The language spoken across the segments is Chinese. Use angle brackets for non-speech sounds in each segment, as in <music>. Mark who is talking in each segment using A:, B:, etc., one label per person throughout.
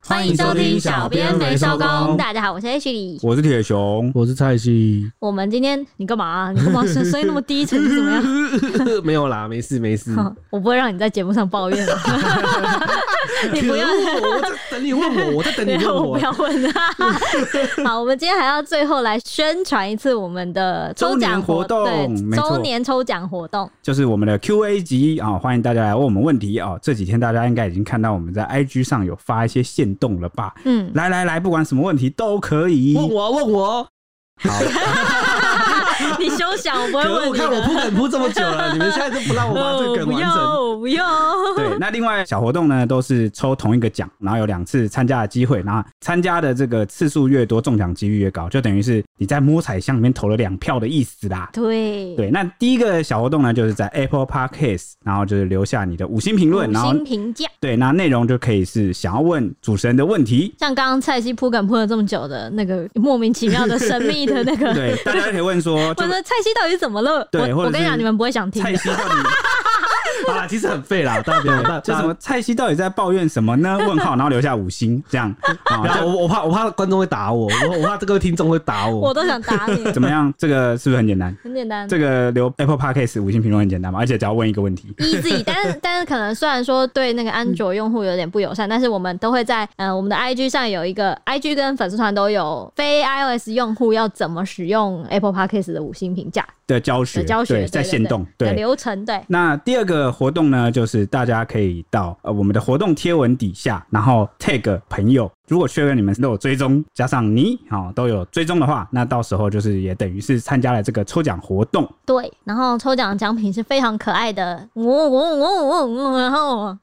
A: 欢迎收听小编没收工
B: 大家好，我是 H 李。
A: 我是铁熊，
C: 我是蔡西，
B: 我们今天你干嘛啊、你干嘛 <laughs> 声声音那么低沉是怎么样？ <laughs>
C: <laughs> 呃没有啦，没事没事。
B: 哼我不会让你在节目上抱怨的， <laughs> 你不要
C: 可。恶 <laughs> 我在等你问我，我在等你
B: 对
C: 问
B: <laughs> 我不要问啊！
A: <laughs>
B: 好，我们今天还要最后来宣传一次我们的抽奖
A: 周年活动
B: 对，
A: 没错
B: 周年抽奖活动，
A: 就是我们的 Q&A 集啊、欢迎大家来问我们问题啊、这几天大家应该已经看到我们在 IG 上有发一些线动了吧？
B: 嗯，
A: 来来来，不管什么问题都可以。
C: 问我问我， <laughs>
A: 好，
B: 你休想，我不会
C: 可
B: 问
C: 恶，
B: 你
C: 看我
B: 的。
C: 铺梗铺这么久了，你们现在都不让我把这
B: <laughs>
C: 个
B: 哦
C: 梗
B: 不
C: 完整。
B: 要，我不要。
A: 对，那另外小活动呢，都是抽同一个奖，然后有两次参加的机会，然后参加的这个次数越多，中奖几率越高，就等于是你在摸彩箱里面投了两票的意思啦。
B: 对，
A: 对，那第一个小活动呢，就是在 Apple Podcast，然后就是留下你的五星评论，
B: 五
A: 然后
B: 星评价。，
A: 对，那内容就可以是想要问主持人的问题
B: 像刚刚蔡西铺梗铺了这么久的那个莫名其妙的
A: <laughs>
B: 神秘的那 <laughs> 个，
A: 对，大家就可以问说，就
B: 我的蔡西到底怎么了？
A: 对
B: 我
A: 或者
B: 我跟你
A: 是
B: 讲，你们不会想听
A: 蔡
B: 的。
A: 西到
B: <laughs>
A: 底。
C: 啊，其实很废啦，大家不要，大
A: 就
C: 家
A: 什么蔡西到底在抱怨什么呢？问号，然后留下五星，
B: <laughs>
A: 这样啊，
C: 然后
A: 就
C: 我我怕我怕观众会打我，我我怕这个听众会打
B: 我
C: 我。
B: 都想打
A: <laughs>
B: 你，
A: 怎么样？这个是不是很简单？
B: 很简单。
A: 这个留 Apple Podcast 五星评论很简单嘛，而且只要问一个问题。
B: easy，但是但是可能虽然说对那个安卓用户有点不友善，但是我们都会在呃我们的 IG 上有一个 IG 跟粉丝团都有非 iOS 用户要怎么使用 Apple Podcast 的五星评价
A: 的教学，
B: 的教学，
A: 对，在线动，
B: 对的
A: 对。
B: 流程，对
A: 那第二个活动呢，就是大家可以到呃我们的活动贴文底下，然后 tag 朋友，如果确认你们都有追踪，加上你啊、哦、都有追踪的话，那到时候就是也等于是参加了这个抽奖活动。
B: 对。然后抽奖奖品是非常可爱的，哦哦哦哦哦，然后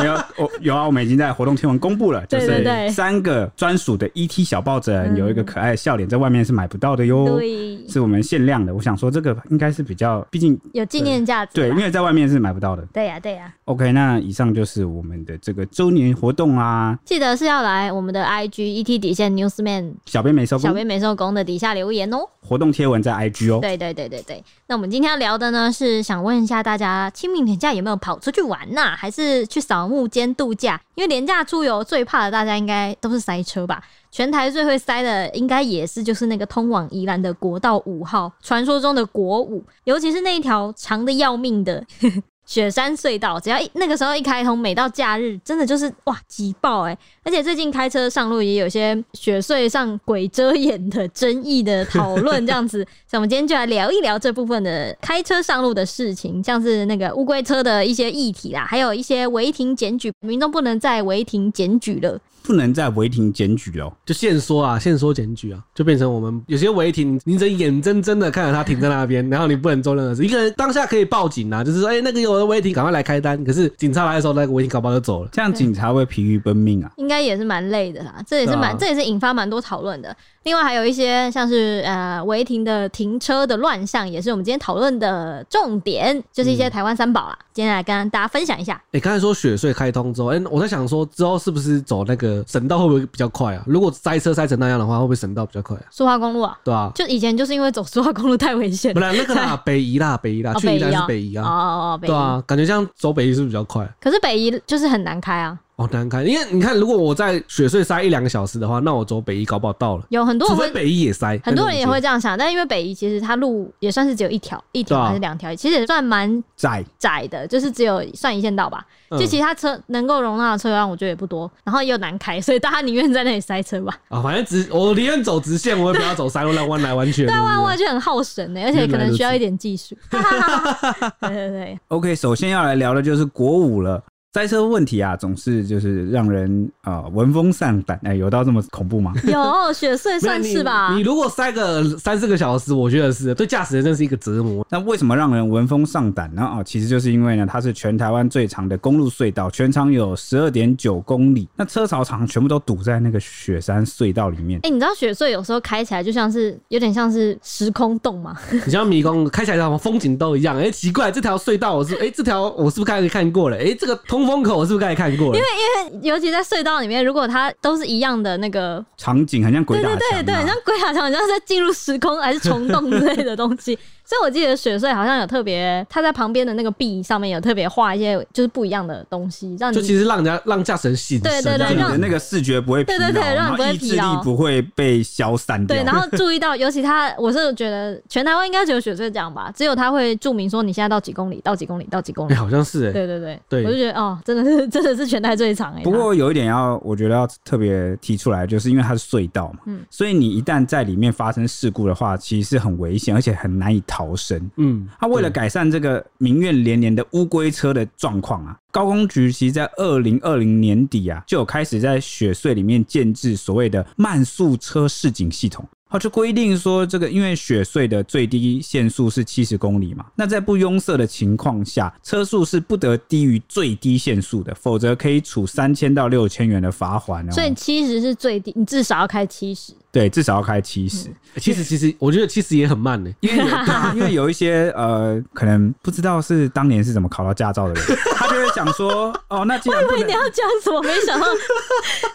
A: 没有，我有啊，我们已经在活动贴文公布了，就
B: 对
A: 是
B: 对对
A: 三个专属的 ET 小抱枕，
B: 嗯
A: 有一个可爱的笑脸，在外面是买不到的哟。
B: 对
A: 是我们限量的，我想说这个应该是比较，毕竟
B: 有纪念价值
A: 对，
B: 啦。
A: 因为在外面是买不到的。
B: 对呀对呀。
A: OK，那以上就是我们的这个周年活动啊，
B: 记得是要来我们的 IG ET 底线 Newsman
A: 小编没收
B: 小
A: 工，
B: 编美寿工的底下留言哦、
A: 活动贴文在 IG 哦。
B: 对对对对对，那我们今天要聊的呢，是想问一下大家，清明年假有没有跑出去玩呐、还是去扫墓兼度假？因为年假出游最怕的，大家应该都是塞车吧？全台最会塞的，应该也是就是那个通往宜兰的国道五号，传说中的国五，尤其是那一条长的要命的。 <laughs> 雪山隧道，只要一那个时候一开通，每到假日，真的就是哇挤爆哎、而且最近开车上路也有些雪隧上鬼遮眼的争议的讨论，这样子，所以我们今天就来聊一聊这部分的开车上路的事情，像是那个乌龟车的一些议题啦，还有一些违停检举，民众不能再违停检举了。
A: 不能在违停检举哦。
C: 就现说啊，现说检举啊，就变成我们有些违停，你只能眼睁睁的看着他停在那边，然后你不能做任何事。一个人当下可以报警啊，就是说，哎、那个有人违停，赶快来开单。可是警察来的时候，那个违停搞不好就走了。
A: 这样警察会疲于奔命啊。
B: 应该也是蛮累的啦，这也是蛮、
C: 对啊
B: 这也是引发蛮多讨论的。另外还有一些像是呃违停的停车的乱象，也是我们今天讨论的重点，就是一些台湾三宝啦。今天来跟大家分享一下。
C: 哎、刚才说雪隧开通之后，哎、我在想说，之后是不是走那个省道会不会比较快啊？如果塞车塞成那样的话，会不会省道比较快啊？
B: 苏花公路啊，<laughs>
C: 对啊，
B: 就以前就是因为走苏花公路太危险
C: 不，然那个啦，北宜啦，北宜啦，
B: 哦
C: 去宜兰是
B: 北
C: 北宜
B: 哦
C: 啊，
B: 哦哦，北宜
C: 对啊，感觉这样走北宜是不是比较快？
B: 可是北宜就是很难开啊，
C: 哦，难开，因为你看，如果我在雪隧塞一两个小时的话，那我走北宜搞不好到了，
B: 有很多
C: 除
B: 人
C: 非
B: 会。
C: 北宜也塞，
B: 很多人也会
C: 那种
B: 这样想，但因为北宜其实它路也算是只有一条，一条
C: 对啊
B: 还是两条，其实也算蛮
A: 在
B: 窄的，就是只有算一线道吧。
C: 嗯
B: 就其他车能够容纳的车辆，我觉得也不多，然后又难开，所以大家宁愿在那里塞车吧。
C: 啊，反正直我宁愿走直线，我也不要走山路， <laughs> 让弯来弯去的。对
B: 但弯
C: 不
B: 弯
C: 对
B: 就很耗神欸呢、而且可能需要一点技术。哈哈哈哈 <laughs> 对对对，
A: OK，首先要来聊的就是国五了。塞车问题啊，总是就是让人啊、呃闻风丧胆。哎、有到这么恐怖吗？
B: 有哦雪隧
C: 不
B: 算
C: 然
B: 是吧
C: <laughs> 你？你？如果塞个三四个小时，我觉得是对驾驶人真是一个折磨。
A: 那为什么让人闻风丧胆呢？啊、其实就是因为呢，它是全台湾最长的公路隧道，全长有十二点九公里。那车潮场全部都堵在那个雪山隧道里面。欸
B: 哎、你知道雪隧有时候开起来就像是有点像是时空洞吗？
C: 你像迷宫开起来，像风景都一样。哎、奇怪，这条隧道我是哎、这条我是不是刚才看过了？哎、这个通风口我是不是刚才看过了？因为
B: 尤其在隧道里面，如果它都是一样的那个，
A: 场景很像鬼打
B: 对
A: 墙、啊，
B: 对对对，很像鬼打墙，很像是在进入时空还是虫洞之类的东西，所以我记得雪穗好像有特别，他在旁边的那个壁上面有特别画一些就是不一样的东西，让你
C: 就其实让人家让驾驶人醒神
B: 对
C: 这
B: 对
A: 让你
C: 样子，
A: 的
B: 让
A: 那个视觉不会疲劳，
B: 对对对让
A: 然
B: 你
A: 后
B: 不会
A: 意志
B: 疲
A: 力
B: 劳
A: 不会被消散掉。
B: 对，然后注意到，尤其他，我是觉得全台湾应该只有雪穗这样吧，只有他会注明说你现在到几公里，到几公里，到几公
C: 哎，
B: 里。
C: 好像是哎，
B: 对对对，
C: 对
B: 我就觉得哦，真的是真的是全台最长哎、
A: 不过有一点要，我觉得要特别提出来，就是因为它是隧道嘛，
B: 嗯
A: 所以你一旦在里面发生事故的话，其实是很危险，而且很难以逃生。
C: 嗯，
A: 他为了改善这个民怨连连的乌龟车的状况啊，高工局其实在二零二零年底啊，就有开始在雪隧里面建制所谓的慢速车示警系统。它就规定说，这个因为雪隧的最低限速是七十公里嘛，那在不拥塞的情况下，车速是不得低于最低限速的，否则可以处三千到六千元的罚款哦。
B: 所以七十是最低，你至少要开七十。
A: 对，至少要开七十、
B: 嗯
C: 欸其实其实我觉得其实也很慢呢， <laughs>
A: 因为有对啊因为有一些呃，可能不知道是当年是怎么考到驾照
B: <laughs>
A: 的人，他就会想说，哦，那既然不
B: 对，
A: 能
B: 你，要讲什么？没想
A: <laughs>
B: 到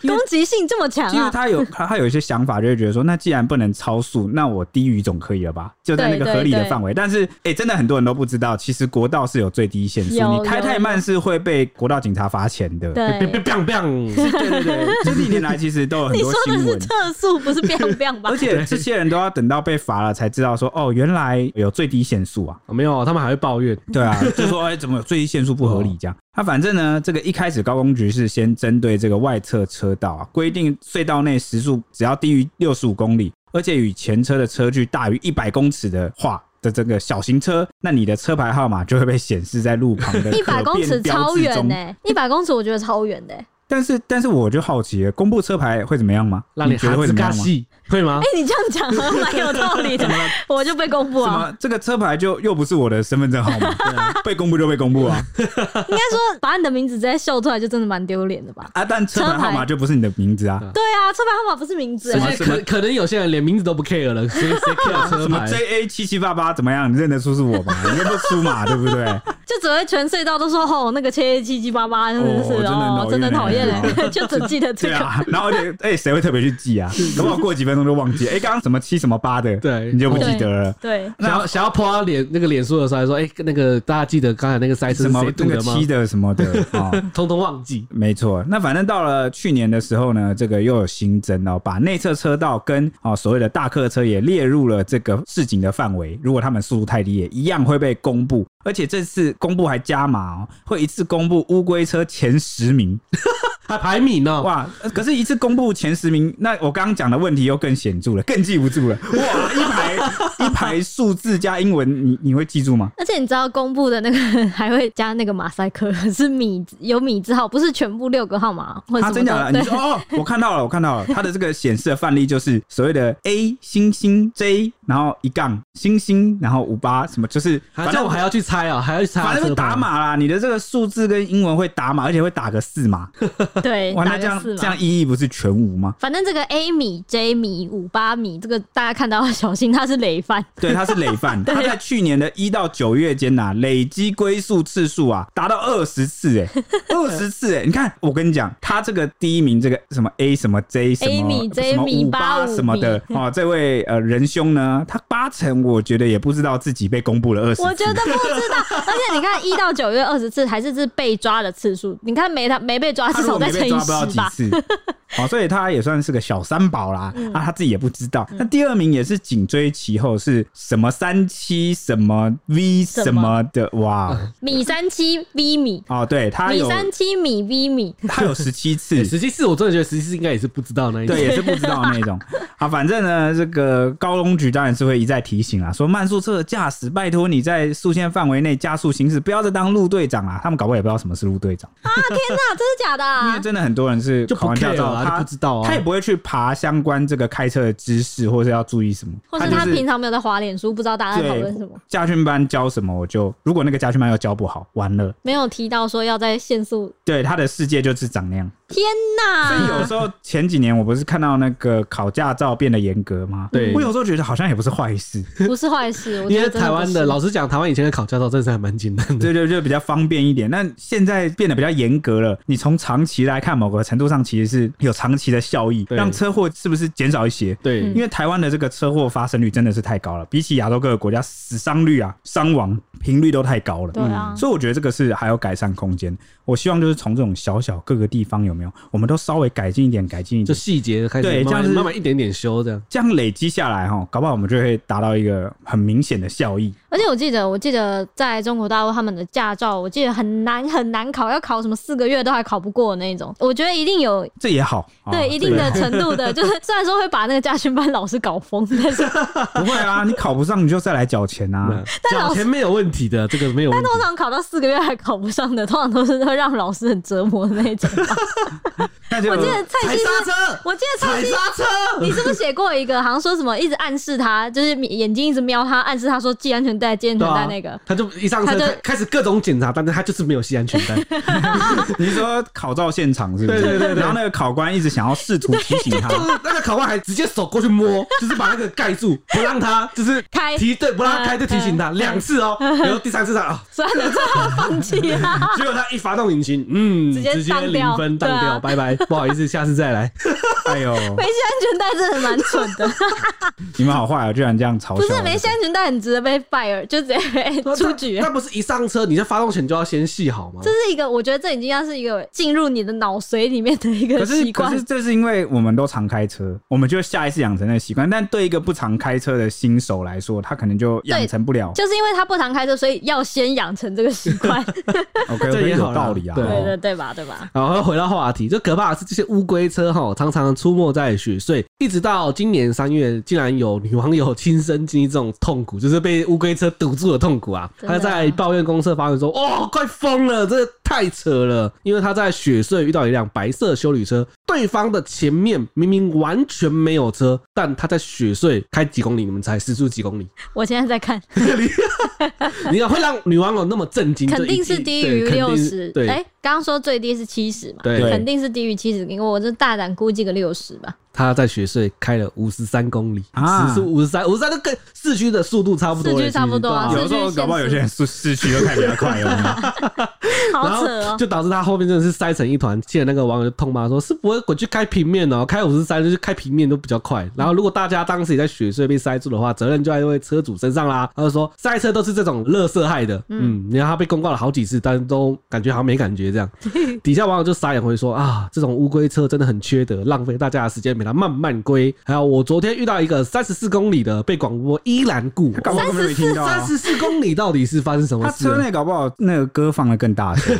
B: 攻击性这么强
A: 因为
B: 啊！
A: 他有他他有一些想法，就会觉得说，那既然不能超速，那我低于总可以了吧？就在那
B: 对
A: 个
B: 对
A: 合理的
B: 对
A: 范围。但是，哎、真的很多人都不知道，其实国道是有最低限速，
B: 有
A: 你开
B: 有
A: 太慢是会被国道警察罚钱的。
B: 对，
C: biang biang，
A: 对对对，这历年来其实都有很
B: 你
A: 多
B: 说的
A: 新
B: 是
A: 闻。
B: 测速，不是 <laughs> biang biang 吧
A: 而？且这些人都要等到被罚了才知道说，哦，原来有最低限速啊。
C: 没有，他们还会抱怨，
B: <laughs>
A: 对啊，就说哎、怎么有最低限速不合理
B: 哦
A: 这样？他、反正呢，这个一开始高工局是先针对这个外侧车道啊，规定隧道内时速只要低于六十五公里，而且与前车的车距大于一百公尺的话。的这个小型车，那你的车牌号码就会被显示在路旁的
B: <laughs> 一百
A: 可
B: 公尺
A: 变标
B: 超
A: 志
B: 远
A: 中
B: 呢、。一百公尺我觉得超远的、欸。
A: 但是，但是我就好奇了，公布车牌会怎么样吗？
C: 让
A: <laughs>
C: 你
A: 觉
C: 哈 <laughs>
A: 得会
C: 子
A: 怎么
C: 嘎
A: 样吗？
C: 西，会吗
B: 哎、？你这样讲
A: <laughs>
B: 好像蛮有道理的，我就被公布
A: 什
B: 啊。
A: 么？这个车牌就又不是我的身份证号
B: <laughs>
A: 码，被公布就被公布啊！
B: 应该说把你的名字直接秀出来，就真的蛮丢脸的吧？
A: 啊，但车牌号
B: 车
A: 码
B: 牌
A: 就不是你的名字啊。
B: 对啊，车牌号码不是名字、
C: 而
B: 欸，
C: 且可可能有些人连名字都不 care 了，谁谁 care 车
A: 什么
C: 牌？
A: JA 七七八八怎么样？你认得出是我吗？你认不出嘛，对不对？
B: 就只会全隧道都说哦，那个切七七八八真的是
A: 哦
B: 哦，
A: 真
B: 真
A: 的
B: 的
A: 很讨
B: 讨
A: 厌
B: 厌
A: 欸
B: 欸， <laughs> 就只记得这
A: <laughs> 对
B: 个。
A: 啊，然后而且哎，谁、会特别去记啊？可不好过几分钟就忘记？哎、刚刚什么七什么八的，
C: 对
A: 你就不记得了。
B: 对，
C: 想要想要泼到脸那个脸书的时候，还说哎，那个大家记得刚才那个塞车
A: 什
C: 是
A: 么
C: 谁
A: 那
C: 堵
A: 个
C: 的吗
A: 七？的什么的啊、哦
C: 通通忘记。
A: 没错。那反正到了去年的时候呢，这个又有新增哦，把内侧车道跟哦所谓的大客车也列入了这个市警的范围。如果他们速度太低，也一样会被公布。而且这次公布还加码哦，会一次公布乌龟车前十名。
C: 还排名呢？
A: 哇！呃可是，一次公布前十名，那我刚刚讲的问题又更显著了，更记不住了。哇，一排一排数字加英文，你你会记住吗？
B: 而且你知道公布的那个还会加那个马赛克， <laughs> 是米有米字号，不是全部六个号码或者
A: 啊，
B: 什
A: 真
B: 么
A: 假的？
B: 的。
A: 你
B: 对，
A: 说哦，我看到了，我看到了，它的这个显示的范例就是所谓的 A 星星 J，然后一杠星星，然后五八什么，就是反
C: 啊这
A: 正
C: 样我还要去猜哦，还要去猜他
A: 反正
C: 车
A: 会
C: 牌
A: 打码啦，你的这个数字跟英文会打码，而且会打个四码。 <laughs>
B: 对，
A: 哇，那
B: 打
A: 这
B: 个
A: 样
B: 四
A: 这
B: 嘛
A: 样。意义不是全无吗？
B: 反正这个 A 米、J 米、五八米，这个大家看到要小心，它是累犯。
A: 对，他是累
B: <laughs>
A: 犯，他在去年的一到九月间呐、累积归宿次数啊，达到二十次、哎，二十次、哎，你看，我跟你讲，他这个第一名，这个什么 A 什么 J 什么
B: A 米 J
A: 什么
B: 米
A: 五八
B: 八五
A: 什么的，哦，这位呃仁兄呢，他八成我觉得也不知道自己被公布了二十，
B: 我觉得不知道， <laughs> 而且你看一到九月二十次还是是被抓的次数，你看没他没被抓，
A: 他
B: 至
A: 如果
B: 少
A: 没
B: 再
A: 被
B: 乘以
A: 抓不到
B: 十
A: 几
B: 吧。
A: 次，好、所以他也算是个小三宝啦、
B: 嗯
A: 啊，他自己也不知道。那第二名也是紧追其后，是什么三七什么 V
B: 什
A: 什么
B: 么
A: 的，哇，
B: <laughs> 米三七 V 米，
A: 哦，对他
B: 米
A: 有
B: 三七米 V
A: <laughs>
B: 米，
A: 他有十七次
C: <laughs> 欸，实际是我真的觉得实际是应该也是不知道那一种
A: 对，。也是不知道的那
C: <laughs>
A: 种。啊，反正呢，这个高工局当然是会一再提醒啊，说慢速车的驾驶，拜托你在速限范围内加速行驶，不要再当路队长啊。他们搞不好也不知道什么是路队长，
B: 天哪，真的假的
A: 因为
B: 啊？
A: 真的很多人是
C: 就不
A: 考完驾
C: care
A: 照，
C: 啊
A: 他
C: 就不知道啊
A: 他也不会去爬相关这个开车的知识，或是要注意什么，
B: 或是
A: 就
B: 他
A: 是
B: 平常没有在滑脸书，不知道大家在讨论什么
A: 对。驾训班教什么，我就如果那个驾训班又教不好，完了，
B: 没有提到说要在限速，
A: 对他的世界就是长那样。
B: 天
A: 所
C: 嗯
A: 以有
B: 哪！
A: 时候前几年我不是看到那个考驾照变得严格吗？
C: 对
A: 我有时候觉得好像也不是坏
C: <laughs>
A: 事，
B: <laughs> 不是坏事，我觉
C: 因
B: 得
C: 为
B: 真不是
C: 台湾的老实讲，台湾以前的考驾照真的是还蛮简单的。
A: 对对，就比较方便一点。但现在变得比较严格了，你从长期来看，某个程度上其实是有长期的效益，
C: 对
A: 让车祸是不是减少一些？
C: 对，
B: 嗯
A: 因为台湾的这个车祸发生率真的是太高了，比起亚洲各个国家，死伤率啊、伤亡频率都太高了。嗯
B: 对啊，
A: 所以我觉得这个是还有改善空间。我希望就是从这种小小各个地方有没有，我们都稍微改进一点，改进一
C: 就
A: 点，
C: 细节开始
A: 对
C: 慢
A: 这样
C: 慢
A: 是
C: 慢慢一点点修这样。
A: 这样累积下来哈，搞不好我们就会达到一个很明显的效益。
B: 而且我记得，我记得在中国大陆他们的驾照，我记得很难很难考，要考什么四个月都还考不过那种。我觉得一定有
A: 这也好，哦
B: 对一定的程度
C: <laughs>
B: 的，就是虽然说会把那个驾训班老师搞疯，但是
A: 不会
B: <laughs>
A: 啊，你考不上你就再来缴钱啊
C: 嗯。讲钱没有问题的，这个没有问题。
B: 通常考到四个月还考不上的，通常都是会让老师很折磨的那
C: <laughs>
B: 种。
A: 那就
B: 我记得蔡
C: 踩
B: 西是，
C: 刹车，
B: 我记得蔡
C: 踩
B: 西，
C: 刹车，
B: 你是不是写过一个，好像说什么一直暗示他，就是眼睛一直瞄他，暗示他说系安全带，系安全带那个。
C: 啊他就一上
B: 他
C: 车
B: 就
C: 开开始各种检查，但是他就是没有系安 <laughs> 全带。
A: 你是说考照现场是不是？
C: 对对对对
A: 然后那个考官一直想要试图提
B: <laughs>
A: 醒他，
C: 就是那个考官还直接手过去摸，就是把那个盖住，不让他就是
B: 开
C: 提对，不让他开
B: 嗯
C: 就提醒他两次
B: <laughs>
C: 哦，然后第三次他啊，
B: 算了，最后放弃 <laughs> 啦。
C: 结果他一发动引擎，嗯，
B: 直接
C: 直接
B: 当掉
C: 零分
B: 对啊
C: 当掉，拜拜，不好意思，下次再来。
A: 哎呦，
C: <laughs>
B: 没系安全带真的蛮蠢的，
A: 你们好坏啊，居然这样嘲笑
B: <laughs>
A: 我。
B: 不是没系安全带很值得被 fire，就直接被 <laughs> 出局。
C: <laughs> 那不是一上车你在发动前就要先系好吗
B: 这？是一个，我觉得这已经像是一个进入你的脑髓里面的一个
C: <laughs>
A: 可是
B: 习
A: 可
B: 惯
A: 是。这是因为我们都常开车，我们就下意识养成那个习惯。但对一个不常开车的新手来说，他可能就养成不了。
B: 就是因为他不常开车，所以要先养成这个习惯，
A: OK，我
C: 这
A: 觉得
C: 也
A: 有
C: 好啦
A: 道理啊。
C: 对
B: <laughs> 对对对吧？对吧？
C: 然后回到话题，就可怕的是这些乌龟车哈，常常出没在雪隧，一直到今年三月，竟然有女网友亲身经历这种痛苦，就是被乌龟车堵住的痛苦啊！
B: 真的啊
C: 她在抱怨公社发文说：“哦，快疯了，这太扯了！”因为她在雪隧遇到一辆白色修理车，对方的前面明明完全没有车，但她在雪隧开几公里，你们猜时速几公里？
B: <laughs> 我现在在看，
C: 你看会让女网友那么震惊？
B: 肯
C: 这一
B: 定是
C: 定
B: 低
C: 对
B: 于
C: 肯定
B: 六
C: 是
B: 十。
C: 对
B: 哎，刚刚说最低是七十嘛，
C: 对
B: 肯定是低于七十，因为我就大胆估计个六十吧。
C: 他在雪隧开了五十三公里，
A: 啊
C: 时速五十三，五十三就跟市区的速度差不多了，欸
B: 市区差不多啊
C: 其实
B: 是
C: 对
A: 有时候搞不好有些人市市区都开比较快
B: <laughs>
A: 哦。
C: 然
B: 好扯
C: 后
B: 哦！
C: 就导致他后面真的是塞成一团。记得那个网友就痛骂说：“是不会滚去开平面哦，开五十三就是开平面都比较快。”然后如果大家当时也在雪隧被塞住的话，责任就在因为车主身上啦。他就说塞车都是这种乐色害的，嗯，然后他被公告了好几次，但是都感觉好像没感觉这样。底下网友就傻眼回说：“啊，这种乌龟车真的很缺德，浪费大家的时间，给它慢慢归。”还有我昨天遇到一个三十四公里的被广播依然故，
A: 搞不好根本没听到
C: 三
A: 啊。
C: 十四公里到底是发生什么
A: 他
C: 事啊
A: 车
C: 了？
A: 内搞不好那个歌放的更
B: <laughs>
A: 大声，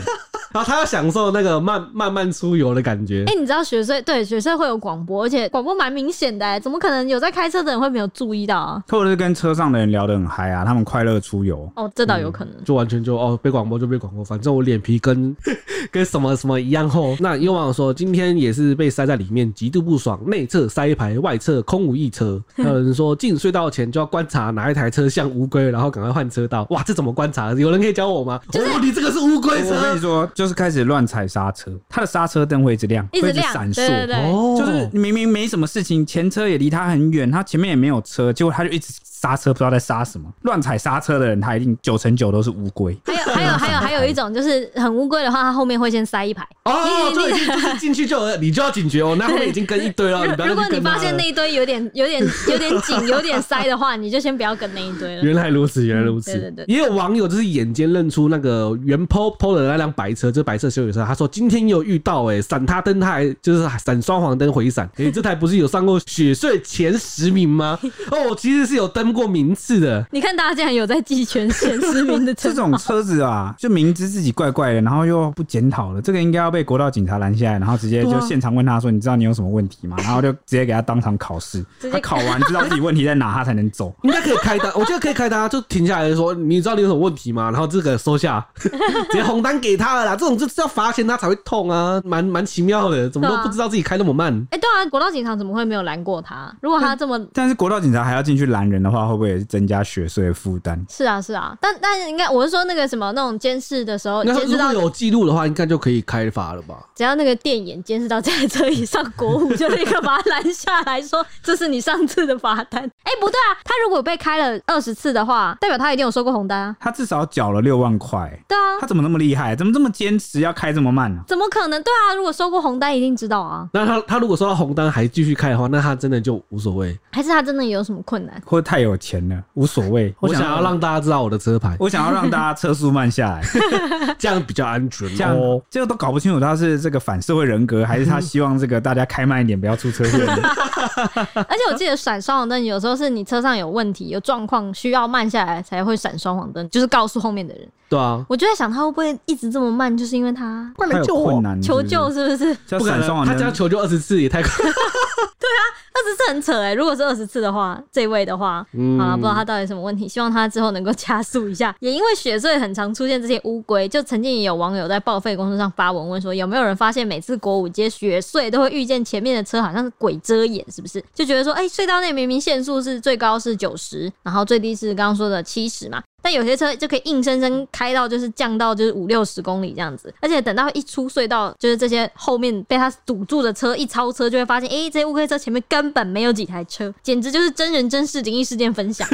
C: 然后他要享受那个慢慢慢出游的感觉
B: 哎、。你知道学生对学生会有广播，而且广播蛮明显的、欸，怎么可能有在开车的人会没有注意到啊？
A: 或者是跟车上的人聊得很嗨啊，他们快乐出游。
B: 哦，这倒有可能。
C: 就完全就哦，被广播就被广播，反正我脸皮跟 <laughs> 跟什么什么一样厚。那有网友说，今天也是被塞在里面，极度不爽，内侧塞一排，外侧空无
B: <laughs>
C: 一车。还有人说，进隧道前就要观察哪一台车像乌龟，然后赶快换车道。哇，这怎么观察？有人可以教我吗？哦，你这个是乌龟
A: 我跟你
C: 车，
A: 说，就是开始乱踩刹车，他的刹车灯会一直亮，
B: 一
A: 会
B: 直
A: 一直
B: 亮，
A: 闪
B: 对对
A: 烁。
B: 对，
C: 哦
A: 就是明明没什么事情，前车也离他很远，他前面也没有车，结果他就一直刹车，不知道在刹什么。乱踩刹车的人，他一定九成九都是乌龟。
B: 还
C: 哦
B: 有还有
C: <laughs>
B: 还有还有一种就是很乌龟的话，它后面会先塞一排。
C: 哦，就已经就是进去就有你就要警觉哦，那后面已经跟一堆了，你不
B: <laughs>
C: 要
B: 如
C: 再去
B: 果你
C: 跟它
B: 发现
C: 了
B: 那一堆有点有点有点紧、有点塞的话，你就先不要跟那一堆了。
C: 原来如此，原来如此。
B: 嗯对对对
C: 也有网友就是眼尖认出那个原 PO PO 的那辆白车，就是白色修理车。他说今天有遇到哎、闪他灯，他还就是闪双黄灯回闪。
B: <laughs>
C: 哎、这台不是有上过雪隧前十名吗？哦，其实是有登过名次的。
B: 你看大家竟然有在记
C: <laughs>
B: 全县市民的车
A: 这种车子啊，就明知自己怪怪的，然后又不检讨了，这个应该要被国道警察拦下来，然后直接
C: 对
A: 就
C: 啊
A: 现场问他说：“你知道你有什么问题吗？”然后就直接给他当场考试
B: 直接，
A: 他考完知道自己问题在哪，他才能走。
C: 应该可以开
B: <laughs>
C: 单，我觉
B: <laughs>
C: 得可以开单啊，就停下来说，你知道你有什么问题吗？然后这个收下，直接红单给他了啦，这种就是要罚钱，他才会痛啊，蛮蛮奇妙的，怎么都
B: 对啊
C: 不知道自己开那么慢。
B: 哎、对啊，国道警察怎么会没有拦过他？如
C: 嗯
B: 果他这么
A: 但是国道警察还要进去拦人的话，会不会也是增加学税的负担？
B: 是啊是啊，但但应该我是说那个什么那种监视的时候，
C: 那
B: 监视
C: 如
B: 到
C: 果有记录的话，应该就可以开罚了吧？
B: 只要那个电眼监视到这台车以上，国五就立刻把他拦下来说：“这是你上次的罚单。 <laughs> 哎，不对啊，他如果被开了二十次的话，代表他一定有收过红单啊。
A: 他至少缴了六万块，
B: 对啊
A: 他，怎么那么厉害？怎么这么坚持要开这么慢呢、
B: 怎么可能？对啊，如果收过红单，一定知道啊。
C: 那他他如果收到红单还继续开的话，那他真的就无所谓。
B: 还是他真的有什么困 <laughs> 难？
A: 或者太有钱了，无所谓。
C: 我想要让大家知道我的车牌，
A: 我想要让大家车速慢下来，
C: 这样比较安全
A: 这样
C: 哦。
A: 这个都搞不清楚他是这个反社会人格，还是他希望这个大家开慢一点，不要出车祸。
B: 而且我记得闪双黄灯，有时候是你车上有问题、有状况，需要慢下来才会闪双黄灯，就是告诉后面的人。
C: 对啊，
B: 我就在想，他会不会一直这么慢，就是因为他
C: <laughs> 快
A: 他有困！难，
B: 求救，是不是？
A: 是不是，
C: 不
A: 叫
C: 可
A: 闪双
C: 能，
A: 黄
C: 他只要
A: 灯。
C: 求救二十次也太快。 <laughs>
B: 二十次很扯哎、如果是二十次的话，这位的话，
C: 嗯
B: 好了，不知道他到底什么问题， <laughs> 希望他之后能够加速一下。也因为雪隧很常出现这些乌龟，就曾经也有网友在报废公司上发文问说，有没有人发现每次国五街雪隧都会遇见前面的车好像是鬼遮眼，是不是？就觉得说，哎、隧道内明明限速是最高是九十，然后最低是刚刚说的七十嘛。但有些车就可以硬生生开到，就是降到就是五六十公里这样子，而且等到一出隧道，就是这些后面被他堵住的车一超车，就会发现，哎、这些乌龟车前面根本没有几台车，简直就是真人真事灵异事件分享。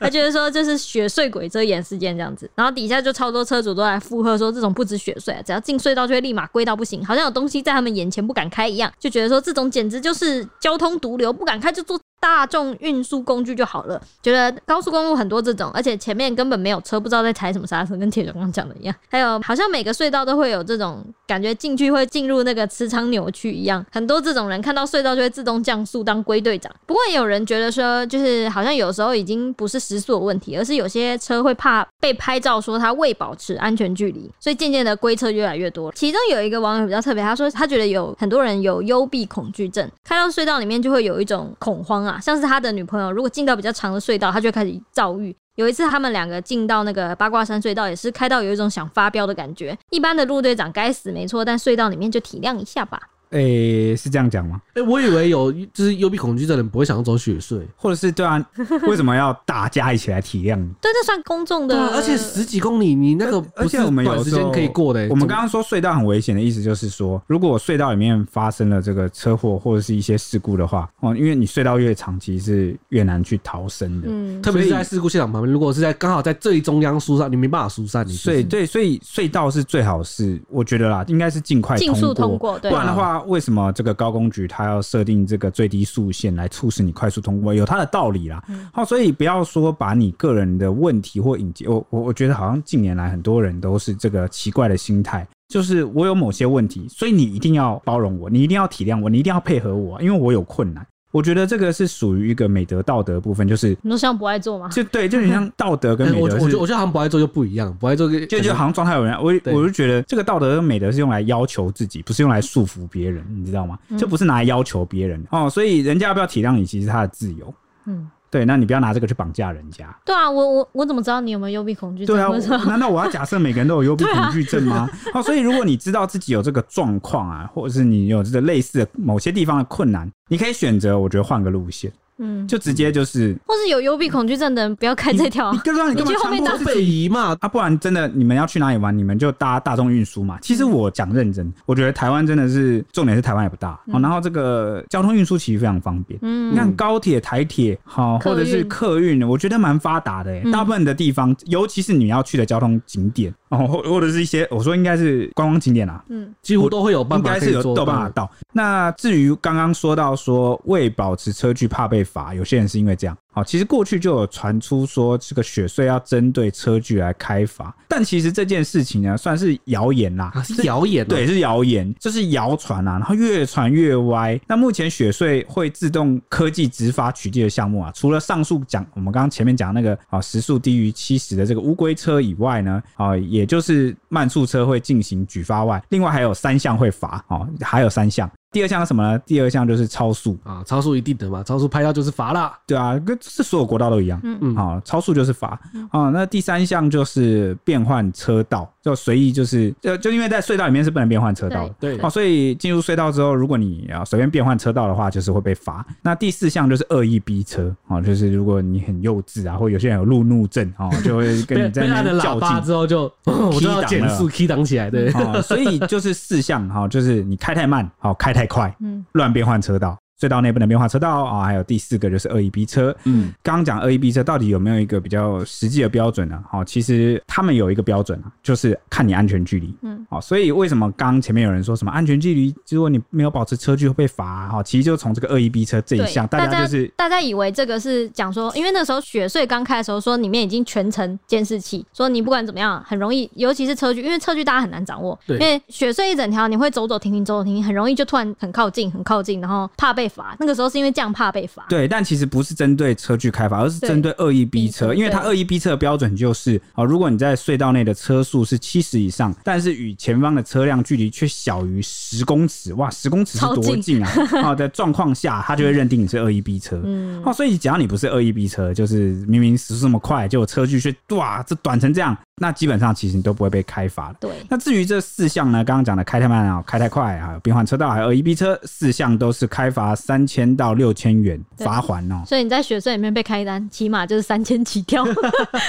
B: 他觉得说这是雪隧鬼遮掩事件这样子，然后底下就超多车主都来附和说这种不止雪隧、啊，只要进隧道就会立马归到不行，好像有东西在他们眼前不敢开一样，就觉得说这种简直就是交通毒瘤，不敢开就坐大众运输工具就好了。觉得高速公路很多这种，而且前面根本没有车，不知道在踩什么刹车，跟铁熊刚刚讲的一样。还有好像每个隧道都会有这种感觉，进去会进入那个磁场扭曲一样，很多这种人看到隧道就会自动降速当归队长。不过也有人觉得说，就是好像有时候已经不是时速的问题，而是有些车会怕被拍照说它未保持安全距离，所以渐渐的龟车越来越多了。其中有一个网友比较特别，他说他觉得有很多人有幽闭恐惧症，开到隧道里面就会有一种恐慌啊，像是他的女朋友如果进到比较长的隧道，他就会开始躁郁。有一次，他们两个进到那个八卦山隧道，也是开到有一种想发飙的感觉。一般的路队长该死没错，但隧道里面就体谅一下吧。
A: 诶、是这样讲吗？
C: 哎，我以为有就是幽闭恐惧症的人不会想要走雪隧。
A: 或者是对啊，为什么要大家一起来体谅你？
B: 对，啊这算公众的，
C: 啊而且十几公里，你 <laughs> 那个
A: 而
C: 不是
A: 且我们
C: 短
A: 有
C: 时
A: 时候
C: 间可以过的欸。
A: 我们刚刚说隧道很危险的意思就是说，如果隧道里面发生了这个车祸或者是一些事故的话，哦，因为你隧道越长，其实是越难去逃生的。
B: 嗯，
C: 特别是
A: 所以
C: 在事故现场旁边，如果是在刚好在最中央疏散，你没办法疏散，你
A: 所以
C: 就是
A: 对，所以隧道是最好是，我觉得啦，应该是尽快
B: 尽速通
A: 通
B: 过对
A: 不然的话，为什么这个高工局它要设定这个最低速限来促使你快速通过？有它的道理啦。好、所以不要说把你个人的问题或引荐，我我我觉得好像近年来很多人都是这个奇怪的心态。就是我有某些问题，所以你一定要包容我，你一定要体谅我，你一定要配合我，因为我有困难。我觉得这个是属于一个美德道德部分，就是
B: 你说像不爱做吗？
A: 就对，就你像道德跟
C: 但
A: 美
C: 哎我
A: 德
C: 我觉
A: 是
C: 得我觉得他们不爱做就不一样，不爱做跟
A: 就就好像状态有人，啊我
C: 对
A: 我就觉得这个道德跟美德是用来要求自己，不是用来束缚别人，你知道吗？这不是拿来要求别人哦，所以人家要不要体谅你，其实是他的自由。
B: 嗯，
A: 对，那你不要拿这个去绑架人家。
B: 对啊，我我我怎么知道你有没有幽闭恐惧症？
A: 对啊，
B: 我
A: 我
B: 说
A: 难道我要假设每个人都有幽闭
B: 啊
A: 恐惧症
B: <laughs>
A: 吗？哦，所以如果你知道自己有这个状况啊，或者是你有这个类似的某些地方的困难，你可以选择，我觉得换个路线，
B: 嗯，
A: 就直接就是
B: 或是有幽闭恐惧症的人不要开这条
A: 你
B: 啊。
A: 就让你干嘛
B: 你去后
A: 强
B: 面
A: 迫
B: 当
A: 自己
C: 北移嘛，
A: 啊，不然真的你们要去哪里玩，你们就搭大众运输嘛。其实我讲认真，我觉得台湾真的是重点是台湾也不大、哦，然后这个交通运输其实非常方便。
B: <laughs>
A: 你
B: 嗯，
A: 看高铁、台铁，好、
B: 客
A: 或
B: 运
A: 者是客运，我觉得蛮发达的诶、
B: 嗯
A: 大部分的地方，尤其是你要去的交通景点，哦，或或者是一些我说应该是观光景点啊啦，
B: 嗯
C: 几乎都会有办
A: 应
C: 法
A: 该
C: 可
A: 是
C: 以
A: 有
C: 做
A: 豆瓣
C: 到
A: 法。到。那至于刚刚说到说为保持车距怕被罚，有些人是因为这样。好，其实过去就有传出说这个雪隧要针对车距来开罚，但其实这件事情呢算是谣言啦，
C: 啊，是谣言、啊，
A: 对，是谣言，这是谣传啊，然后越传越歪。那目前雪隧会自动科技执法取缔的项目啊，除了上述讲我们刚刚前面讲那个啊时速低于七十的这个乌龟车以外呢，啊，也啊就是慢速车会进行举发外，另外还有三项会罚哦，还有三项。第二项是什么呢？第二项就是超速，
C: 啊，超速一定的嘛，超速拍到就是罚啦。
A: 对啊，跟是所有国道都一样。
B: 嗯
C: 嗯
A: 好、超速就是罚啊、那第三项就是变换车道，就随意就是就就因为在隧道里面是不能变
B: 嗯
A: 换车道的。
C: 对
A: 哦，所以进入隧道之后，如果你啊随便变换车道的话，就是会被罚。那第四项就是恶意逼车哦，就是如果你很幼稚啊，或有些人有路怒症哦，就会跟
C: <laughs> 被
A: 你在
C: 被
A: 那
C: 按了
A: 边
C: 喇
A: 较劲
C: 叭。之后就， <laughs> 我就要减速 key 挡起来，对，
A: 哦，所以就是四项哈、哦，就是你开太慢，好、哦、开太快，
B: 嗯，
A: 乱变换车道，隧道内不能变换车道啊、还有第四个就是恶意逼车，
C: 嗯，
A: 刚刚讲二一 B 车到底有没有一个比较实际的标准呢？好、其实他们有一个标准啊，就是看你安全距离。
B: 嗯
A: 嗯，好、所以为什么刚前面有人说什么安全距离，如果你没有保持车距会被罚、啊？哈、其实就从这个二一 B 车这一
B: 对，
A: 项，
B: 大
A: 大家就是
B: 大家以为这个是讲说，因为那时候雪隧刚开的时候，说里面已经全程监视器，说你不管怎么样，很容易，尤其是车距，因为车距大家很难掌握，
C: 对
B: 因为雪隧一整条你会走走停停，走走停停，很容易就突然很靠近，很靠近，然后怕被罚。那个时候是因为这样怕被罚，
A: 对，但其实不是针对车距开罚，而是针对恶意逼车，
B: 对
A: 因为它
B: 对
A: 恶意逼车的标准就是啊、如果你在隧道内的车速是七十以上，但是与前方的车辆距离却小于十公尺，哇，十公尺是
B: 超
A: 多
B: 近
A: 近
B: <laughs>
A: 啊！啊、的状况下，他就会认定你是恶意逼车。
B: 嗯
A: 哦，所以只要你不是恶意逼车，就是明明时速这么快，结果车距却哇这短成这样，那基本上其实你都不会被开罚的。
B: 对，
A: 那至于这四项呢，刚刚讲的开太慢啊、开太快啊、变换车道还有 E B 车，四项都是开罚三千到六千元
B: 对
A: 罚款哦，
B: 所以你在雪隧里面被开单，起码就是三千起跳。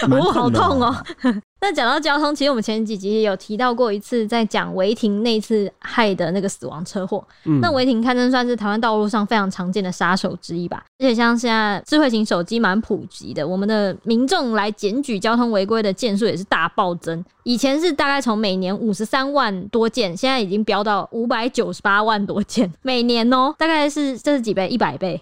A: 蛮
B: 哦， <laughs> 好
A: 的
B: 痛哦。 <laughs> 那讲到交通，其实我们前几集也有提到过一次，在讲违停那次害的那个死亡车祸。
C: 嗯
B: 那违停堪称算是台湾道路上非常常见的杀手之一吧。而且像现在智慧型手机蛮普及的，我们的民众来检举交通违规的件数也是大暴增。以前是大概从每年五十三万多件，现在已经飙到五百九十八万多件，每年哦、大概是这是几倍？一百倍，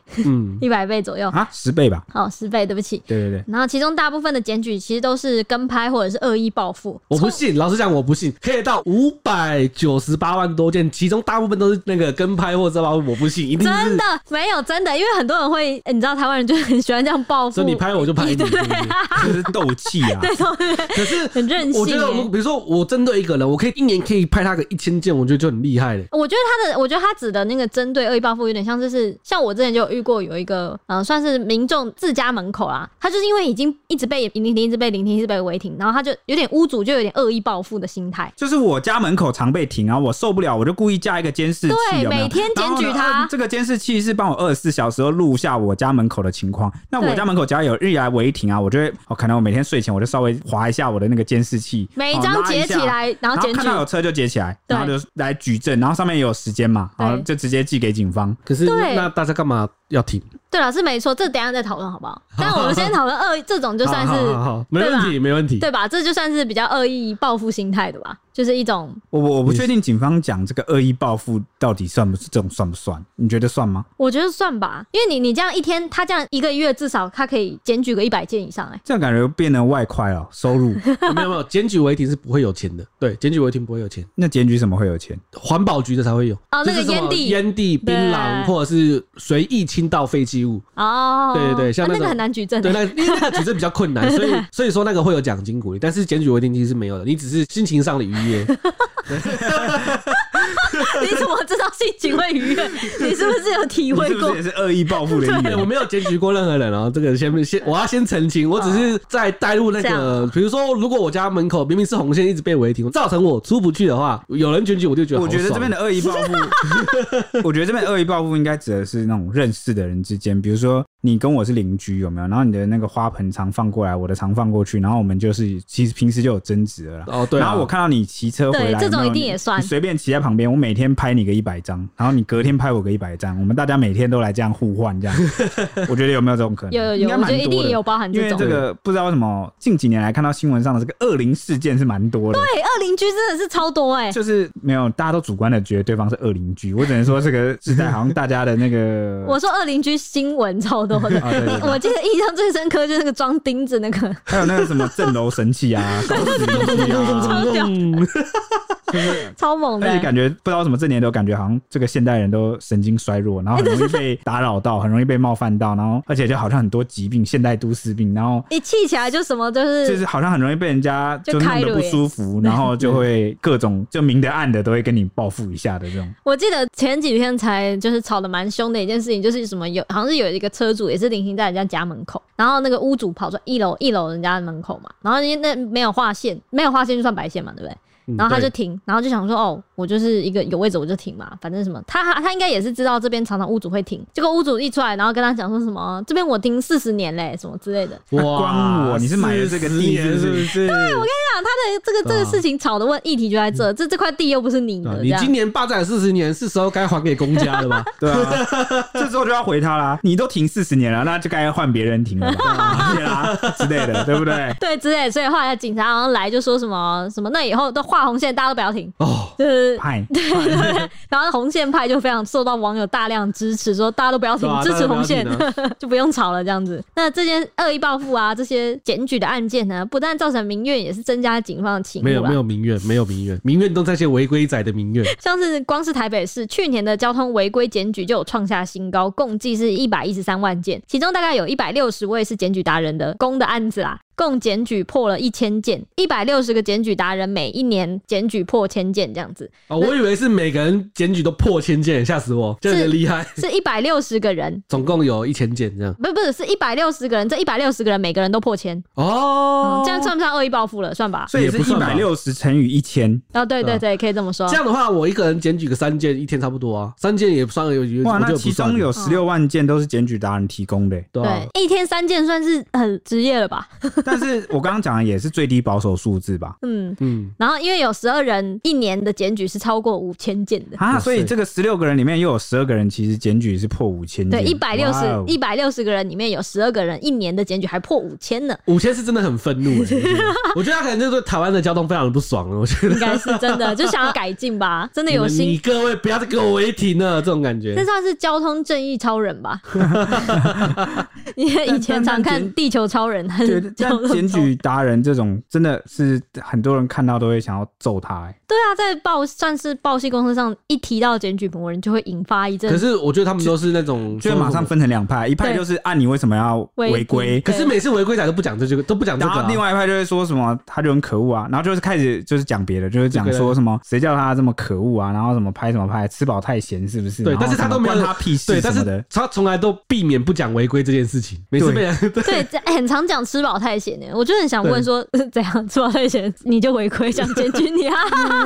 B: <laughs>
C: 嗯，
B: 一百倍左右。
A: 啊，十倍吧？
B: 好，十倍，对不起。
A: 对
B: <laughs>
A: 对对，
B: 然后其中大部分的检举其实都是跟拍或者是恶意报复。
C: 我不信，老实讲我不信，可以到五百九十八万多件，其中大部分都是那个跟拍或者吧，我不信，一定
B: 真
C: 是
B: 的，没有真的，因为很多人会，你知道台湾人就很喜欢这样报复，
C: 所以你拍我就拍你，
B: 对
C: 是不是
A: 就是斗气啊。
C: 可是
B: 很任性、
C: 我觉得我
B: 欸。
C: 比如说我针对一个人，我可以一年可以拍他个一千件，我觉得就很厉害嘞。
B: 我觉得他的，我觉得他指的那个针对恶意报复，有点像就是像我之前就有遇过有一个，嗯、算是民众自家门口啦，他就是因为已经一直被聆听，一直被聆听，一直被违停，然后他就有点屋主就有点恶意报复的心态，
A: 就是我家门口常被停啊，我受不了，我就故意架一个监视器，
B: 对
A: 有没有
B: 每天检举
A: 然后呢
B: 他
A: 呃这个监视器是帮我二十四小时都录下我家门口的情况。那我
B: 对
A: 家门口只要有日来违停啊，我就会，哦，可能我每天睡前我就稍微划一下我的那个监视器，
B: 每一
A: 哦
B: 张
A: 拉
B: 截
A: 一
B: 起
A: 下
B: 来，然
A: 然
B: 后检
A: 看
B: 举
A: 到，有车就截起来，
B: 对
A: 然后就来举证，然后上面也有时间嘛，
B: 对
A: 然后就直接寄给警方。
C: 可是
B: 对
C: 那大家干嘛要停？
B: 对了，是没错，这等一下再讨论好
A: <laughs>
B: 不好？但我们先讨论恶意这种就算是
C: 好好好好没问题，没问题。
B: 对吧？这就算是比较恶意报复心态的吧，就是一种，
A: 我我我不确定警方讲这个恶意报复到底算不是这种算不算？你觉得算吗？
B: 我觉得算吧，因为你你这样一天，他这样一个月至少他可以检举个一百件以上、哎，
A: 这样感觉变成外快哦，收 <laughs> 入
B: <laughs>
C: 没有没有，检举违停是不会有钱的。对，检举违停不会有钱，
A: 那检举什么会有钱？
C: 环保局的才会有。
B: 哦
C: 就是
B: 那个
C: 什么
B: 烟蒂
C: 烟蒂、槟榔
B: 对
C: 或者是随意倾倒废
B: <laughs>
C: 弃物。
B: 哦，
C: 对对对
B: 啊
C: 像那
B: 那
C: 种
B: 个很难举证、
C: 对，
B: 哎 <laughs>
C: 那因为那个举证比较困难，所以所以说那个会有奖金鼓励，但是检举违停其实是没有的，你只是心情上的愉
B: <laughs>
C: 悦。
B: 你怎么知道性情会愉悦？你是不是有体
A: <laughs> 你
B: 会
A: 是不
B: 过
A: 是？也是恶意报复的一
C: 对，我
A: 员？
C: 没有检举过任何人哦，这个先先我要先澄清，我只是在带入那
B: 这
C: 个，
B: 样
C: 比如说如果我家门口明明是红线一直被违停，造成我出不去的话，有人检举我就觉得
A: 我
C: 好
A: 觉得
C: 爽
A: 这
B: <laughs>
A: 边的恶意报复，
C: <laughs>
A: 我觉得这边的恶意报复应该指的是那种认识的人之间，比如说你跟我是邻居，有没有？然后你的那个花盆常放过来，我的常放过去，然后我们就是其实平时就有争执了啦。
C: 哦，对啊，
A: 然后我看到你骑车回来，
B: 对这种
A: 有没有
B: 一定也
A: 你
B: 算
A: 你随便骑在旁边，我每天拍你个一百张，然后你隔天拍我个一百张，我们大家每天都来这样互换，
C: <laughs>
A: 这样，我觉得有没有这种可能？
B: 有有
A: 应
B: 有，
A: 该
B: 我
A: 蛮
B: 觉得一
A: 多
B: 定
A: 的
B: 也有。包含
A: 因
B: 这
A: 为
B: 种。
A: 这
B: 对，
A: 个不知道为什么近几年来看到新闻上的这个恶灵事件是蛮多的，
B: 哎二邻居真的是超多哎、
A: 就是没有大家都主观的觉得对方是恶邻居，我只能说这个时代好像大家的那个
B: 我说二邻居新闻超多的，
A: 啊对对
B: <laughs>
A: 对
B: 我记得印象最深刻就是那个装钉
A: <laughs>
B: 子那个， <laughs>
C: <laughs>
A: 还有那个什么镇楼神器啊，高斯仪器啊，
B: 超屌
C: 嗯
A: 就是
B: 超猛的
A: 而且
B: 欸、
A: 感觉不知道为什么这年头，感觉好像这个现代人都神经衰弱，然后很容易被打扰到，很容易被冒犯到，然后而且就好像很多疾病，现代都市病，然后
B: 一气起来就什么都是，
A: 就是好像很容易被人家
B: 就
A: 就弄
B: 开
A: 得
B: 了
A: 不
B: 耶嗯
A: 舒服，然后就会各种就明的暗的都会跟你报复一下的这种。
B: 我记得前几天才就是吵得蛮凶的一件事情，就是什么有好像是有一个车主也是临停在人家家门口，然后那个屋主跑出一楼一楼人家的门口嘛，然后因为那没有划线，没有划线就算白线嘛，对不对？
C: 嗯
B: <laughs> 然后他就
A: 对
B: 停，然后就想说，哦，我就是一个有位置我就停嘛，反正什么，他他应该也是知道这边常常屋主会停，结果屋主一出来，然后跟他讲说什么，这边我停四十年嘞，什么之类的。
A: 啊关我你是买了这个地是不是
C: 40年是？对，我跟
B: 对啊，他的这个这个
C: 对啊
B: 事情吵的问议题就在这，这这块地又不是你的，这
C: 啊你
B: 样
C: 今年霸占四十年，是时候该还给公家了吧？
B: <laughs>
A: 对啊，这时候就要回他啦，你都停四十年了，那就该换别人停了
B: <laughs>
A: 吧，对啦之类的，对不对？
B: 对之类，所以后来警察好像来就说什么什么，那以后都画红线，大家都不要停，
C: 哦，
B: 就是。
A: 派
B: 然后红线派就非常受到网友大量支持，说大家都不要停
C: 对，啊
B: 支持红线
C: 大家都
B: <laughs> 就不用吵了这样子。那这些恶意报复啊，这些检举的案件呢，不但造成民怨，也是增加警方的情啊
C: 没有
B: 啦
C: 没。有民怨，没有民怨，民怨都在些违规仔的民怨。
B: <laughs> 像是光是台北市去年的交通违规检举就有创下新高，共计是一百一十三万件，其中大概有一百六十位是检举达人的公的案子啦，共检举破了一千件，一百六十个检举达人每一年检举破千件这样子，
C: 哦，我以为是每个人检举都破千件，吓死我，这样很厉害。 <laughs>
B: 是一百六十个人，
C: 总共有一千件这样。
B: 不是不是是一百六十个人，这一百六十个人每个人都破千，
C: 哦
B: 嗯，这样算不算恶意报复了？算吧。
A: 所以
C: 也
A: 是
C: 不
A: 一
C: 算吧
A: 百六十乘以一千，
B: 哦，对对对，可以这么说
C: 啊这。样的话，我一个人检举个三件，一天差不多啊，三件也不算有有。
A: 哇，
C: 我觉
A: 那
C: 得
A: 其
C: 不算
A: 中有
C: 了
A: 十六万件都是检举达人提供的欸、
C: 对啊
B: 对，一天三件算是很职业了吧？
A: <laughs> 但是我刚刚讲的也是最低保守数字 <laughs> 吧？
B: 嗯，
C: 嗯，
B: 然后因为有十二人一年的检举是超过五千件的，
A: 啊，
C: 哇
A: 所以
C: 塞
A: 这个十六个人里面又有十二个人其实检举是破五千
B: 对，
A: 件，
B: 一百六
A: 哇哦
B: 十一百六十个人里面有十二个人一年的检举还破五千
A: <laughs>
B: 呢，
C: 五千是真的很愤怒欸，
B: <laughs>
C: 我觉得我觉得他可能就是对台湾的交通非常的不爽了。我觉得
B: 应该是真的，就想要改进
A: <laughs>
B: 吧，真的有
C: 你们你
B: 心，
C: 各位不要再给我违停了，这种感觉
B: 这。算是交通正义超人
A: <laughs>
B: 吧？你以前常看《地球超人》
A: 对
B: 很，
A: 但
B: 交通
A: 检
B: 超人
A: 举达人这种真的是很多人看到都会想要揍他、欸，
B: 对啊，在报算是报系公司上一提到检举魔人，就会引发一阵
C: 可是我觉得他们都是那种
A: 就马上。分成两派，一派
B: 对
A: 就是按你为什么要违规，
C: 可是每次违规仔都不讲这句，都不讲这
A: 然
C: 个
A: 后
C: 啊。
A: 另外一派就会说什么他就很可恶啊，然后就是开始就是讲别的，就是讲说什么谁叫他这么可恶啊，然后什么拍什么拍，吃饱太闲是不是？
C: 对
A: 然后
C: 但是他
A: 什么
C: 都没有
A: 关他屁事
C: 对，但
A: 什么的
C: 是他从来都避免不讲违规这件事情，每次被
A: <laughs>
C: 人对
B: 对，这哎很常讲吃饱太闲的，我就很想问说，怎样吃饱太闲你就违规想检举
A: <laughs>
B: 你啊？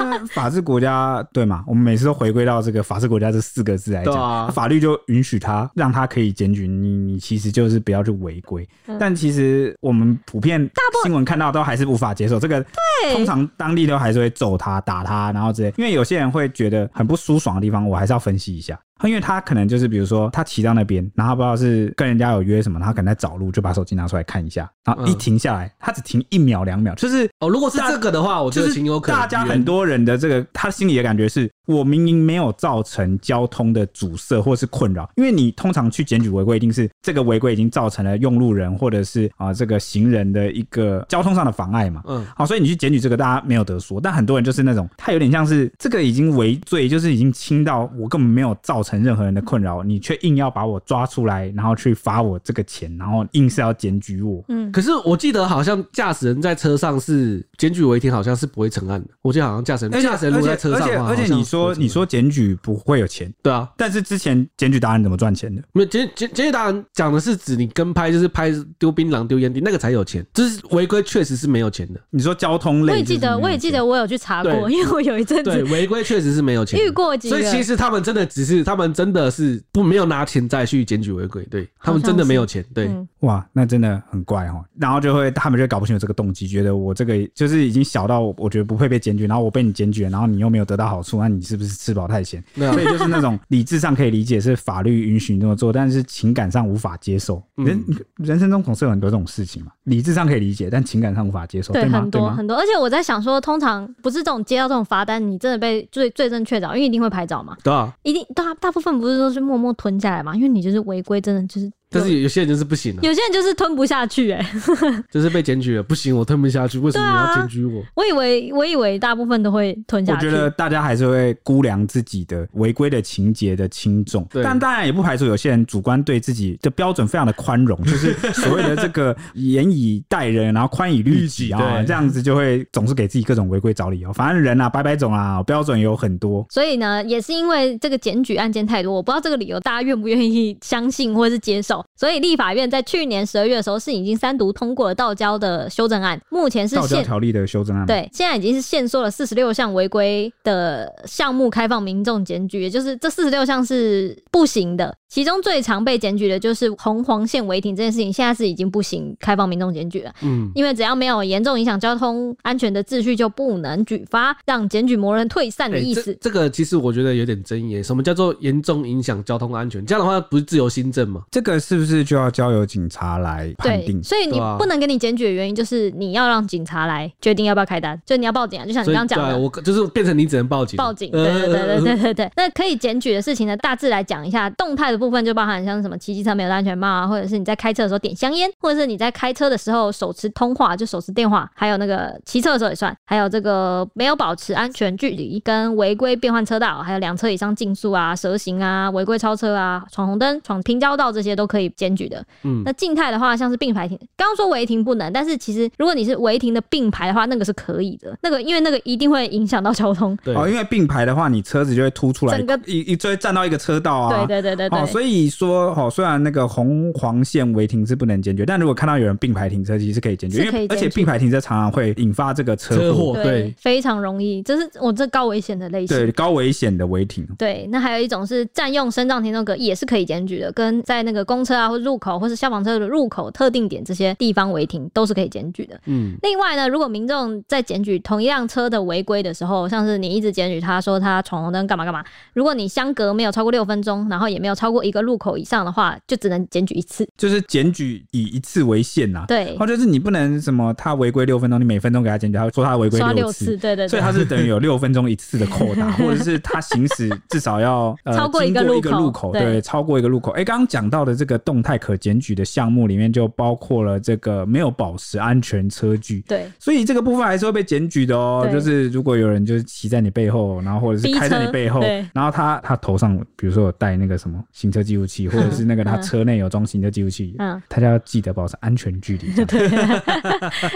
A: 因为法治国家对嘛？我们每次都回归到这个“法治国家”这四个字来讲，
C: 对啊
A: 法律就允许他让他可以检举你，你其实就是不要去违规。但其实我们普遍新闻看到都还是无法接受这个，通常当地都还是会揍他、打他，然后之类。因为有些人会觉得很不舒爽的地方，我还是要分析一下。因为他可能就是，比如说他骑到那边，然后他不知道是跟人家有约什么，然后他可能在找路，就把手机拿出来看一下，然后一
C: 嗯
A: 停下来，他只停一秒两秒，就是
C: 哦，如果是这个的话，我觉
A: 就
C: 得
A: 是
C: 情有可原。
A: 大家很多人的这个，他心里的感觉是我明明没有造成交通的阻塞或是困扰，因为你通常去检举违规，一定是这个违规已经造成了用路人或者是啊、这个行人的一个交通上的妨碍嘛。
C: 嗯，
A: 好，哦所以你去检举这个，大家没有得说。但很多人就是那种，他有点像是这个已经违罪，就是已经轻到我根本没有造成任何人的困扰，你却硬要把我抓出来，然后去罚我这个钱，然后硬是要检举我。
B: 嗯，
C: 可是我记得好像驾驶人在车上是检举违停，好像是不会成案的。我记得好像驾驶人，驾驶人如果在车上
A: 而且
C: 的话，
A: 而且
C: 好像
A: 你
C: 是不会
A: 说
C: 成案
A: 你说检举不会有钱，
C: 对啊，
A: 但是之前检举达人怎么赚钱的？
C: 没有检检检举达人讲的是指你跟拍，就是拍丢槟榔、丢烟蒂那个才有钱，就是违规确实是没有钱的。
A: 你说交通类，
B: 我也记得，我也记得，我有去查过，
C: 对
B: 因为我有一阵
C: 对，
B: 子
C: 违规确实是没有钱的。
B: 遇过几
C: 所
B: 个
C: 以，其实他们真的只是，他们真的是不没有拿钱再去检举违规，对他们真的没有钱，对，
B: 嗯
A: 哇，那真的很怪哦。然后就会他们就搞不清楚这个动机，觉得我这个就是已经小到我我觉得不会被检举，然后我被你检举了，然后你又没有得到好处，那你是不是吃饱太闲？
C: 对啊
B: <laughs>
A: 所以就是那种理智上可以理解是法律允许你这么做，但是情感上无法接受。
C: 嗯
A: 人、人生中总是有很多这种事情嘛，理智上可以理解，但情感上无法接受，
B: 哦对，
A: 吗
B: 很？
A: 对
B: 多
A: 吗？
B: 很多，而且我在想说，通常不是这种接到这种罚单，你真的被罪罪证确凿，因为一定会拍照嘛，
C: 对啊，
B: 一定大大部分不是都是默默吞下来嘛，因为你就是违规，真的就是
C: 但是有有些人就是不行了、啊
B: 有些人就是吞不下去、欸，哎，
C: 就是被检举了，不行，我吞不下去，为什么你要检举我？
B: 我以为 <laughs> 我以为大部分都会吞
A: 我
B: 下去，
A: 觉得大家还是会估量自己的违规的情节的轻重，
C: 对
A: 但当然也不排除有些人主观对自己的标准非常的宽
C: <laughs>
A: 容，就是所谓的这个严以待人，然后宽以律己
C: 律己
A: 啊，
C: 对
A: 这样子就会总是给自己各种违规找理由。反正人啊，百百种啊，标准有很多。
B: 所以呢，也是因为这个检举案件太多，我不知道这个理由大家愿不愿意相信或是接受。所以立法院在去年十二月的时候是已经三读通过了道交的修正案，目前是
A: 道教
B: 限
A: 条例的修正
C: 嗯
A: 案，，
B: 对，现在已经是限缩了四十六项违规的项目开放民众检举，也就是这四十六项是不行的。其中最常被检举的就是红黄线违停这件事情，现在是已经不行开放民众检举了。
C: 嗯，
B: 因为只要没有严重影响交通安全的秩序，就不能举发让检举魔人退散的
C: 哎
B: 意
C: 这
B: 思。
C: 这个其实我觉得有点争议。什么叫做严重影响交通安全？这样的话不是自由新政吗？
A: 这个是不是就要交由警察来判定
B: 对，？所以你
C: 对啊
B: 不能给你检举的原因就是你要让警察来决定要不要开单，就你要报警啊，就像你
C: 所
B: 刚刚
C: 以
B: 讲
C: 对啊
B: 的。
C: 我就是变成你只能报警，
B: 报警，对对对对
C: 呃
B: 对对对。那可以检举的事情呢，大致来讲一下。动态的部分就包含像是什么骑机车没有戴安全帽啊，或者是你在开车的时候点香烟，或者是你在开车的时候手持通话，就手持电话，还有那个骑车的时候也算，还有这个没有保持安全距离跟违规变换车道，还有两车以上竞速啊、蛇行啊、违规超车啊、闯红灯、闯平交道这些都可以检举的。
C: 嗯
B: 那静态的话，像是并排停，刚刚说违停不能，但是其实如果你是违停的并排的话，那个是可以的。那个因为那个一定会影响到交通，
C: 对
A: 哦，因为并排的话，你车子就会凸出来，
B: 整个
A: 一一就会占到一个车道啊。
B: 对对对对对，
A: 哦，所以说哦，虽然那个红黄线违停是不能检举，但如果看到有人并排停车，其实是可以检举，
B: 是
A: 因
B: 可以
A: 为而且
B: 检举
A: 并排停车常常会引发这个车
C: 车
A: 祸，
C: 祸对。
B: 非常容易，这是我这高危险的类型。
A: 对高危险的违停。
B: 对，那还有一种是占用升降停车格也是可以检举的，跟在那个公车啊或入口或是消防车的入口特定点这些地方违停都是可以检举的。
C: 嗯，
B: 另外呢，如果民众在检举同一辆车的违规的时候，像是你一直检举他说他闯红灯干嘛干嘛，如果你相隔没有超过六分钟，然后也没有超过一个路口以上的话，就只能检举一次。
A: 就是检举以一次为限呐、
B: 对
A: 哦，，就是你不能什么他违规六分钟，你每分钟给他检举，他会说他违规
B: 刷
A: 六
B: 六
A: 次
B: 次，。对对
A: 所以
B: 对。
A: 他是等于有六分钟一次的扣
B: <laughs>
A: 打，或者是他行驶至少要、呃、
B: 超过一个
A: 经
B: 路口
A: 过一个路口，
B: 对
A: 对，超过一个路口。哎、刚刚讲到的这个动态可检举的项目里面，就包括了这个没有保持安全车距。 <laughs>
B: 对
A: 所以这个部分还是会被检举的哦，
B: 对
A: 就是如果有人就是骑在你背后，然后或者
B: 逼车
A: 是开在你背后
B: 对，
A: 然后他他头上比如说有带那个什么行车记录器，或者是那个他
B: 嗯
A: 车内有装行车记录器，
B: 嗯，
A: 大家要记得保持安全
B: <laughs>
A: 距离。这样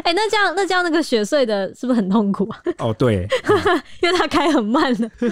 B: 哎、那这样那这样那个雪隧的是不是很痛
A: <laughs>
B: 苦啊？
A: 哦，对，
B: <laughs> 因为他开很慢
C: <laughs>
B: 的，
C: 对，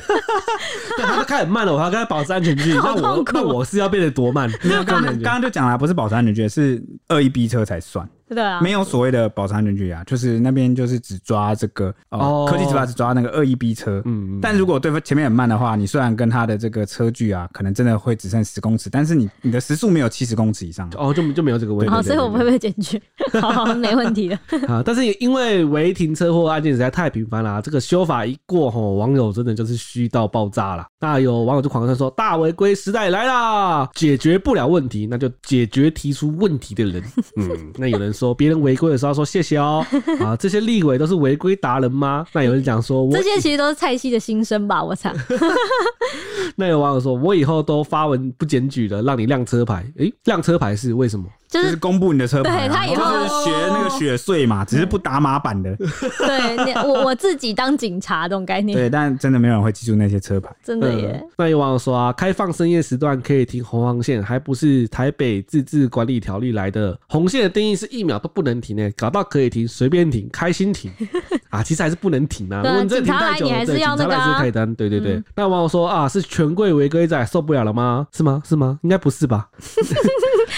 C: 他开很慢了，我还要跟他保持安全
B: <laughs>
C: 距离，那
B: 好
C: 我
B: 痛苦
C: 那我是要变得多慢？ <laughs>
A: 没有刚刚
B: <laughs>
A: 刚刚就讲了，不是保持安全距离，是恶意逼车才算，
B: 对啊，
A: 没有所谓的保持安全距离啊，就是那边就是只抓这个哦
C: 哦，
A: 科技执法只抓那个恶意逼车，
C: 嗯，嗯
A: 但如果对方前面很慢的话，你虽然跟他的这个车距啊，可能真的会只剩十公尺，但是你你的时速没有七十公尺以上。啊
C: 哦就就没有这个问题
B: 好，
A: 对
B: 所
A: 对
B: 以我不会被检举， <laughs> 好，好没问题的。
C: 啊。但是也因为违停车祸案件实在太频繁了、啊这个修法一过吼，网友真的就是虚到爆炸了。那有网友就狂赞说：“大违规时代来啦，解决不了问题，那就解决提出问题的
B: <laughs>
C: 人。”嗯，那有人说别人违规的时候要说谢谢哦。啊，这些立委都是违规达人吗？那有人讲说 <laughs> 我
B: 这些其实都是蔡西的心声吧，我猜。
C: 那有网友说，我以后都发文不检举了，让你亮车牌。诶、亮车牌是为什么？
B: 就
C: <laughs>
A: 就是
B: 是
A: 公布你的车牌、啊，
B: 嗯对他以后嗯
A: 就是学那个雪隧
C: 嗯
A: 嘛，只是不打码版的。
B: 对你我我自己当警察这种概念，
A: 对，但真的没有人会记住那些车牌。
B: 真
C: 嗯
B: 的耶。
C: 那有网友说啊，开放深夜时段可以停红黄线，还不是台北自治管理条例来的？红线的定义是一秒都不能停诶、搞到可以停，随便停，开心
B: <laughs>
C: 停啊，其实还是不能停啊。
B: 对啊
C: 如果你真的
B: 警
C: 停
B: 察来
C: 太久
B: 你还
C: 了，
B: 是
C: 对，警
B: 要
C: 察
B: 那个啊
C: 来是开单，对对对。那有网友说啊，是权贵违规在受不了了吗？是吗？是吗？应该不是吧？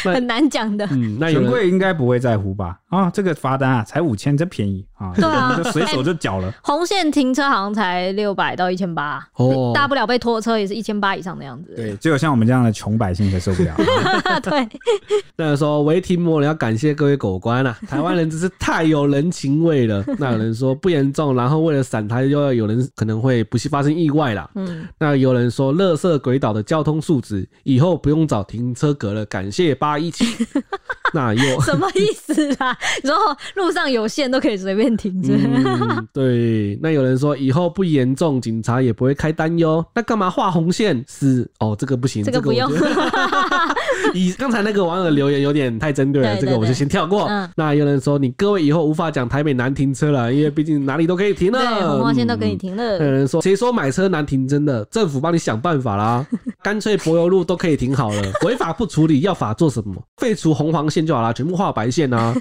C: 对
B: 很难讲的，
C: 嗯，那有
A: 权
C: 人
A: 贵应该不会在乎吧？啊，这个罚单啊，才五千，真便宜啊！
B: 对啊哎
A: 我们就随手就缴了。
B: 红线停车好像才六百到一千八，
C: 哦
B: 大不了被拖车也是一千八以上的样子。
A: 对，只有像我们这样的穷百姓才受不了。
B: <laughs> 对，
C: 那有说违停魔人要感谢各位狗
B: <laughs>
C: 官啊，台湾人真是太有人情味了。那有人说不严重，然后为了闪他，又要有人可能会不幸发生意外啦。
B: 嗯，
C: 那有人说，
B: <laughs>
C: 乐色鬼岛的交通素质以后不用找停车格了，感谢八一七。那又
B: 什么意思啦？然后路上有线都可以随便停着。 <laughs>
C: 嗯，对。那有人说以后不严重，警察也不会开单哟。那干嘛画红线？是哦，这个不行，
B: 这个不
C: 我
B: 用
C: 觉
B: <laughs>
C: 得 <laughs> 以刚才那个网友的留言有点太针对了，
B: 对
C: 这个我
B: 对
C: 就
B: 对
C: 先跳过。
B: 嗯
C: 那有人说，你各位以后无法讲台北难停车了，因为毕竟哪里都可以停了，啊
B: 对，红光线都可以
C: 嗯
B: 停
C: 还
B: 了。
C: 有人说，谁说买车难停？真的，政府帮你想办
B: <laughs>
C: 法啦，干脆柏油路都可以停好了，违法不处理，要法做什么？废除红黄线就好啦，全部画白线啊！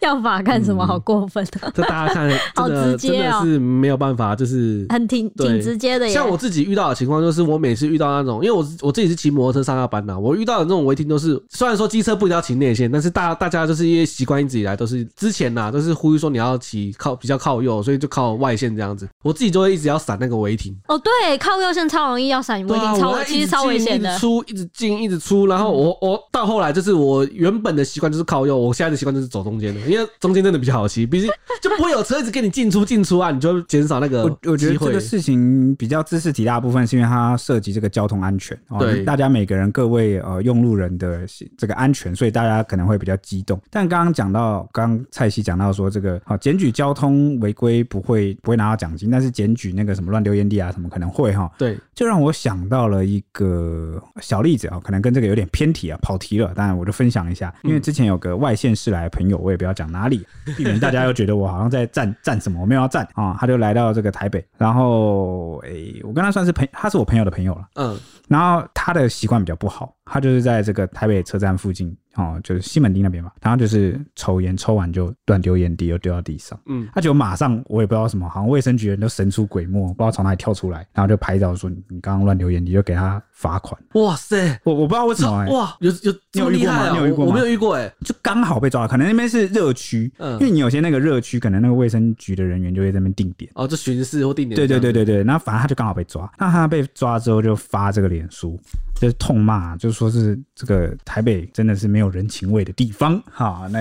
B: 要法干什
C: 嗯
B: 么？好过分啊！
C: 这大家看，真的、
B: <laughs> 好直
C: 真
B: 接
C: 的
B: 哦
C: 是没有办法，就是
B: 很挺
C: 对
B: 挺直接的耶。
C: 像我自己遇到的情况，就是我每次遇到那种，因为我我自己是骑摩托车上下班的，我遇到的那种违停都是，虽然说机车不一定要骑内线，但是大大家就是因为习惯一直以来都是之前呐、都是呼吁说你要骑靠比较靠右，所以就靠外线这样子，我自己就会一直要闪那个违停。
B: 哦，对，靠右线超容易要闪
C: 对
B: 违
C: 啊，
B: 停，超
C: 我
B: 危
C: 要
B: 其
C: 一
B: 实
C: 直
B: 超危
C: 进
B: 险
C: 一
B: 的嗯
C: 直。出一直进一直出，然后我我到后来就是我原本的习惯就是靠右，我现在的习惯就是走中间的，因为中间真的比较好骑，
B: <laughs>
C: 毕竟就不会有车一直跟你进出进出啊，你就会减少那个
A: 我我觉得这
C: 机会
A: 个事情比较知识体大部分是因为它涉及这个交通安全，哦、
C: 对
A: 大家每个人各位呃用路人的这个安全，所以大家可能会比较激动。但刚刚讲到，刚刚蔡西讲到说这个好检举交通违规不会不会拿到奖金，但是检举那个什么乱丢烟蒂啊什么可能会哈、
C: 对，
A: 就让我想到了一个小例子啊、可能跟这个有点偏题啊，跑题了。当然，我就分享一下，因为之前有个外县市来的朋友，我也不要讲哪里，避免大家又觉得我好像在站站什么，我没有要站啊、他就来到这个台北，然后诶、我跟他算是朋，他是我朋友的朋友了。
C: 嗯，
A: 然后他的习惯比较不好，他就是在这个台北车站附近哦，就是西门町那边嘛，然后就是抽烟，抽完就乱丢烟蒂，又丢到地上。
C: 嗯，
A: 他就马上我也不知道什么，好像卫生局的人都神出鬼没，不知道从哪里跳出来，然后就拍照说你你刚刚乱留言，你就给他罚款。
C: 哇塞。
A: 我我不知道为什么、欸，
C: 哇，哦哎有有这么厉害啊！
A: 你有遇过
C: 我
A: 吗
C: 我没有遇过哎、
A: 就刚好被抓到，可能那边是热区，
C: 嗯
A: 因为你有些那个热区，可能那个卫生局的人员就会在那边定点。
C: 哦，就巡视或定点。
A: 对对对，对对，那反正他就刚好被抓，那他被抓之后就发这个脸书，就是痛骂，就说是这个台北真的是没有人情味的地方哈。那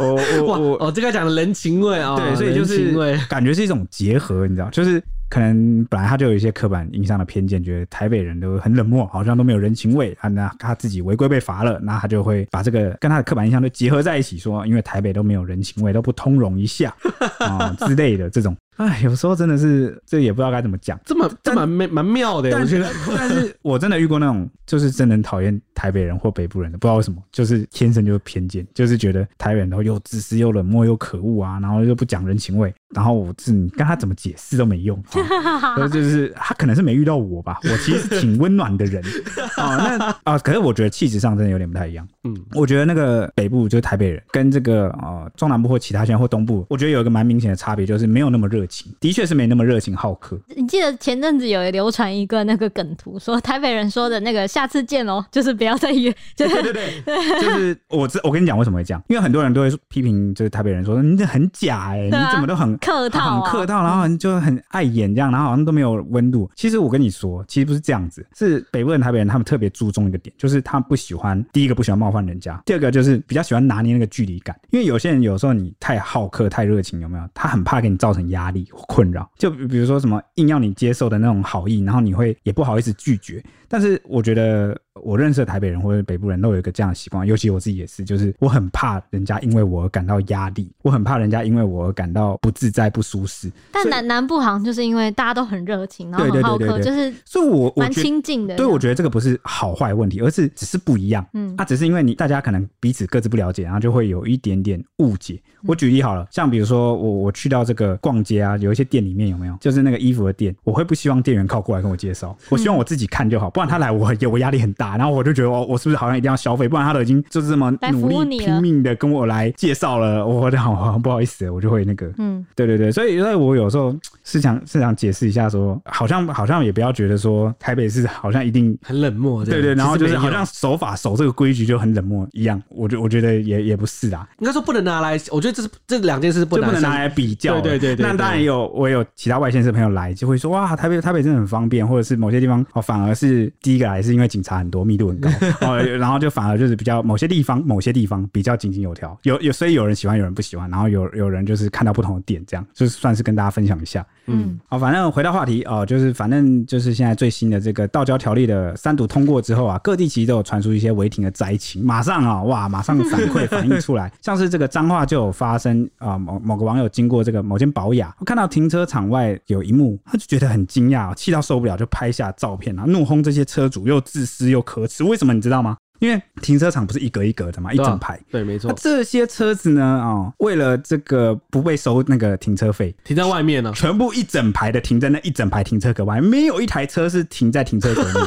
A: 我
C: 哇
A: 我我
C: 哦，这个讲的人情味啊、
A: 对，所以就
C: 人
A: 是
C: 情味。
A: 感觉是一种结合，你知道，就是可能本来他就有一些刻板印象的偏见，觉得台北人都很冷漠，好像都没有人情味啊。那他自己违规被罚了，那他就会把这个跟他的刻板印象都结合在一起，说因为台北都没有人情味，都不通融一下啊、之类的这种。哎，有时候真的是这也不知道该怎么讲。
C: 这么这
A: 但
C: 蛮蛮蛮妙的、
A: 但
C: 我觉得。
A: 但是我真的遇过那种，就是真的很讨厌台北人或北部人的，不知道为什么，就是天生就是偏见，就是觉得台北人都又自私又冷漠又可恶啊，然后又不讲人情味，然后我自你跟他怎么解释都没用。啊所以就是他可能是没遇到我吧，我其实是挺温暖的人啊、那啊、可是我觉得气质上真的有点不太一样。
C: 嗯，
A: 我觉得那个北部就是台北人，跟这个呃中南部或其他县或东部，我觉得有一个蛮明显的差别，就是没有那么热情，的确是没那么热情好客。
B: 你记得前阵子有流传一个那个梗图，说台北人说的那个“下次见喽”，就是不要再约，就是
A: 对对对，就是我知我跟你讲为什么会这样，因为很多人都会批评就是台北人说你这很假哎、
B: 对啊
A: 你怎么都很
B: 客套、
A: 很客
B: 啊。
A: 套，然后很就很碍眼这样，然后好像都没有温度。其实我跟你说，其实不是这样子，是北部人、台北人他们特别注重一个点，就是他们不喜欢第一个不喜欢冒犯人家，第二个就是比较喜欢拿捏那个距离感。因为有些人有时候你太好客、太热情，有没有？他很怕给你造成压力或困扰。就比比如说什么硬要你接受的那种好意，然后你会也不好意思拒绝。但是我觉得我认识的台北人或者北部人都有一个这样的习惯，尤其我自己也是，就是我很怕人家因为我而感到压力，我很怕人家因为我而感到不自在、不舒适。
B: 但南南部好像就是因为大家都很热情，然后很
A: 对对
B: 好客，
A: 对对对
B: 就是
A: 所以我我
B: 蛮
A: 觉得。
B: 亲近的。
A: 对，我觉得这个不是好坏问题，而是只是不一样。
B: 嗯
A: 啊，只是因为你大家可能彼此各自不了解，然后就会有一点点误解。我举例好了，像比如说我我去到这个逛街啊，有一些店里面有没有，就是那个衣服的店，我会不希望店员靠过来跟我介绍，我希望我自己看就好，不然他来我有我压力很大，然后我就觉得哦，我是不是好像一定要消费，不然他都已经就是这么
B: 来服
A: 努
B: 务
A: 力
B: 你了
A: 拼命的跟我来介绍了，我就好好像不好意思，我就会那个
B: 嗯，
A: 对对对，所以所以我有时候是想是想解释一下说，好像好像也不要觉得说台北市好像一定
C: 很冷漠这
A: 对
C: 样。
A: 对，然后
C: 其
A: 就
C: 实
A: 是
C: 没
A: 好
C: 有
A: 像守法守这个规矩就很冷漠一样，我觉我觉得也也不是啦，
C: 应该说不能拿来，我觉得这是这两件事是哦不
A: 就不
C: 能
A: 能拿
C: 来。
A: 来比较了。
C: 对对对对
A: 那当然也有我有其他外县市朋友来就会说哇，台北台北真的很方便，或者是某些地方哦反而是第一个来是因为警察很多，密度很
C: <laughs>
A: 高，哦，然后就反而就是比较某些地方某些地方比较井井有条，有有所以有人喜欢，有人不喜欢，然后有有人就是看到不同的点，这样就是算是跟大家分享一下。
B: 嗯，
A: 哦，反正回到话题哦，就是反正就是现在最新的这个道交条例的三读通过之后啊，各地其实都有传出一些违停的灾情，马上啊、哇，马上反
C: <laughs>
A: 馈反映出来，像是这个彰化就有发生啊、某某个网友经过这个某间保雅，看到停车场外有一幕，他就觉得很惊讶、哦气到受不了，就拍下照片，然后怒轰这些车主又自私又可耻，为什么你知道吗？因为停车场不是一格一格的嘛，一
C: 对啊
A: 整排。
C: 对，没
A: 那
C: 错，
A: 这些车子呢？哦，为了这个不被收那个停车费，
C: 停在外面啊呢、
A: 全部一整排的停在那一整排停车格外，没有一台车是停在停车格内。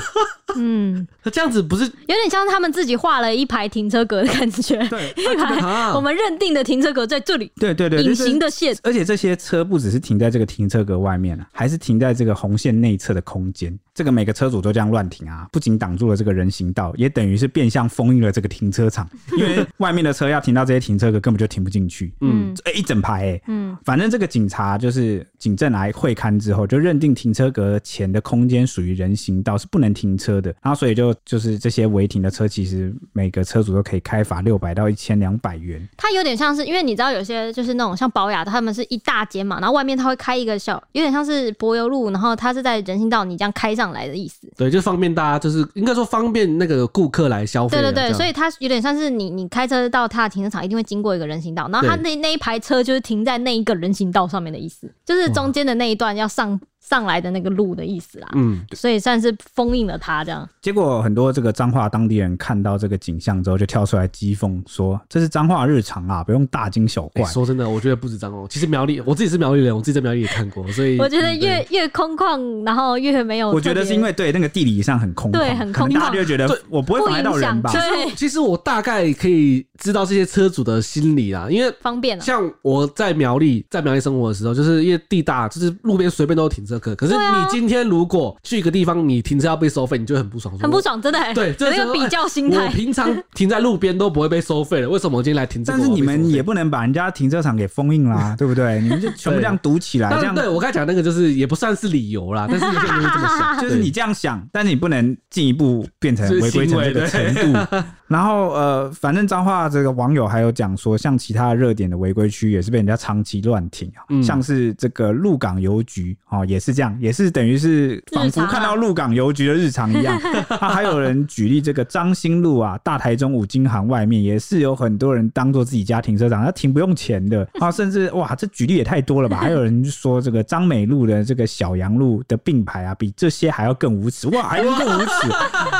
B: 嗯，
C: 那这样子
B: <laughs>
C: 不是
B: 有点像他们自己画了一排停车格的感觉，
A: <laughs> 对
B: 一排、
C: 啊
B: 我们认定的停车格在这里，
A: 对对对，
B: 隐
A: 就是
B: 形的线。
A: 而且这些车不只是停在这个停车格外面啊，还是停在这个红线内侧的空间。这个每个车主都这样乱停啊，不仅挡住了这个人行道，也等于是变相封印了这个停车场，因为外面的车要停到这些停车格根本就停不进去。
B: 嗯
A: 哎、一整排哎、
B: 嗯
A: 反正这个警察就是警政来会勘之后，就认定停车格前的空间属于人行道，是不能停车的。然后所以就就是这些违停的车，其实每个车主都可以开罚六百到一千两百元。
B: 它有点像是，因为你知道有些就是那种像保雅的，他们是一大间嘛，然后外面它会开一个小，有点像是柏油路，然后它是在人行道你这样开上来的意思。
C: 对，就方便大家，就是应该说方便那个顾客来消费
B: 对对
C: 啊。
B: 对，
C: 这样
B: 所以它有点像是你你开车到它的停车场，一定会经过一个人行道，然后它
C: 对
B: 那那一排车就是停在那一个人行道上面的意思，就是中间的那一段要上上来的那个路的意思啦。
C: 嗯，
B: 所以算是封印了它这样。
A: 结果很多这个彰化当地人看到这个景象之后，就跳出来讥讽说：“这是彰化日常啊，不用大惊小怪
C: 欸。说真的，我觉得不止张哦，其实苗栗我自己是苗栗人，我自己在苗栗也看过，所以
B: 我觉得
C: 嗯对
B: 越越空旷，然后越没有特别。
A: 我觉得是因为对那个地理上很空旷，
B: 哦对很空旷
A: 可能大家就会觉得
C: 对
A: 我不会妨碍到人吧
B: 不影？响
C: 其实其实我大概可以知道这些车主的心理啦，因为
B: 方便了、
C: 像我在苗栗，在苗栗生活的时候，就是因为地大，就是路边随便都有停车格。可是
B: 对啊
C: 你今天如果去一个地方，你停车要被收费，你就会很不爽，说
B: 很不。爽，真的、欸。
C: 对，这
B: 有那个比较心
C: 我
B: 态。
C: 平常停在路边都不会被收费了，为什么我今天来停这个
A: 但
C: 我
A: 是
C: 要被收
A: 你
C: 费？
A: 们也不能把人家停车场给封印啦，对不对？你们就全部这样堵起来，
C: 当
A: 这
C: 然，
A: 样
C: 对我刚才讲那个就是也不算是理
B: <laughs>
C: 由啦，但是有些人会这么想，
A: 就是你这样想，但是你不能进一步变成
C: 就是
A: 违规
C: 行
A: 成
C: 为
A: 这个程
C: 对 <laughs>
A: 度。然后呃，反正彰化这个网友还有讲说，像其他热点的违规区也是被人家长期乱停啊，
C: 嗯
A: 像是这个鹿港邮局哦，也是这样，也是等于是仿佛
B: 日常啊
A: 看到鹿港邮局的日常
B: <laughs>
A: 一样。啊、还有人举例这个彰兴路啊，大台中五金行外面也是有很多人当做自己家停车场，他停不用
B: <laughs>
A: 钱的啊，甚至哇，这举例也太多了吧？还有人说这个彰美路的这个小洋路的并排啊，比这些还要更无耻，哇，还能更
B: <laughs>
A: 无耻？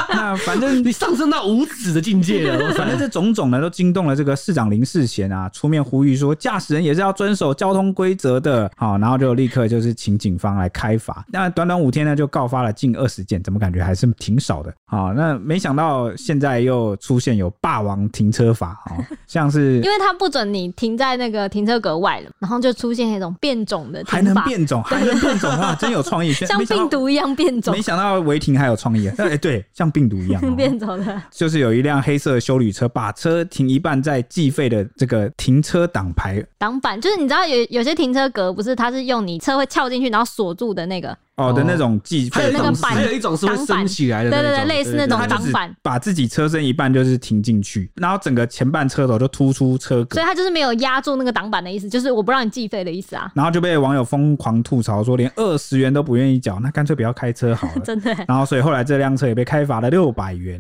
A: 那反正
C: 你上升到无止的境界了。我
A: <laughs> 反
C: 反
A: 正
C: 正
A: 这种种呢，都惊动了这个市长林世贤啊，出面呼吁说，驾驶人也是要遵守交通规则的。好，然后就立刻就是请警方来开罚。那短短五天呢，就告发了近二十件，怎么感觉还是挺少的？好，那没想到现在又出现有霸王停车法，
B: <laughs>
A: 哦，像是
B: 因为它不准你停在那个停车格外了，然后就出现那种变种的
A: 还
B: 停
A: 能
B: 法，
A: 变种，还能变种哇，真有
B: <laughs>
A: 创意，
B: 像
A: 没想到
B: 病。毒一样变种，
A: 没，想到违停还有创意啊！哎，对，像病毒一样、哦
B: <laughs> 变种的。
A: 就是有一辆黑色的修旅车，把车停一半在计费的这个停车挡牌
B: 挡板，就是你知道有有些停车格不是它是用你车会翘进去然后锁住的那个，
A: 哦的那种计
C: 还有
A: 费
C: 一
B: 那个
A: 方式，
C: 种是，
B: 板
C: 还有一种是会升起来的
B: 对
C: 那
B: 对
C: 种，
B: 对，类似那种
A: 它就
B: 挡
A: 是
B: 板，
A: 把自己车身一半就是停进去，然后整个前半车头就突出车格
B: 所以。它就是没有压住那个挡板的意思，就是我不让你计费的意思
C: <laughs>
B: 啊，
A: 然后就被网友疯狂吐槽说，连二十元都不愿意缴，那干脆不要开车好了。
B: <laughs> 真的欸
A: 然后，所以后来这辆车也被开罚了六
B: <laughs>
A: 百元。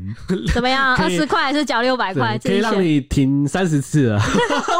B: 怎么样？
C: <laughs> 可
B: 二
C: 以
B: 十块还是缴六百块？
C: 对，
B: 自
C: 可以
B: 己
C: 让
B: 选。
C: 你停三十次
A: <laughs>
C: 啊！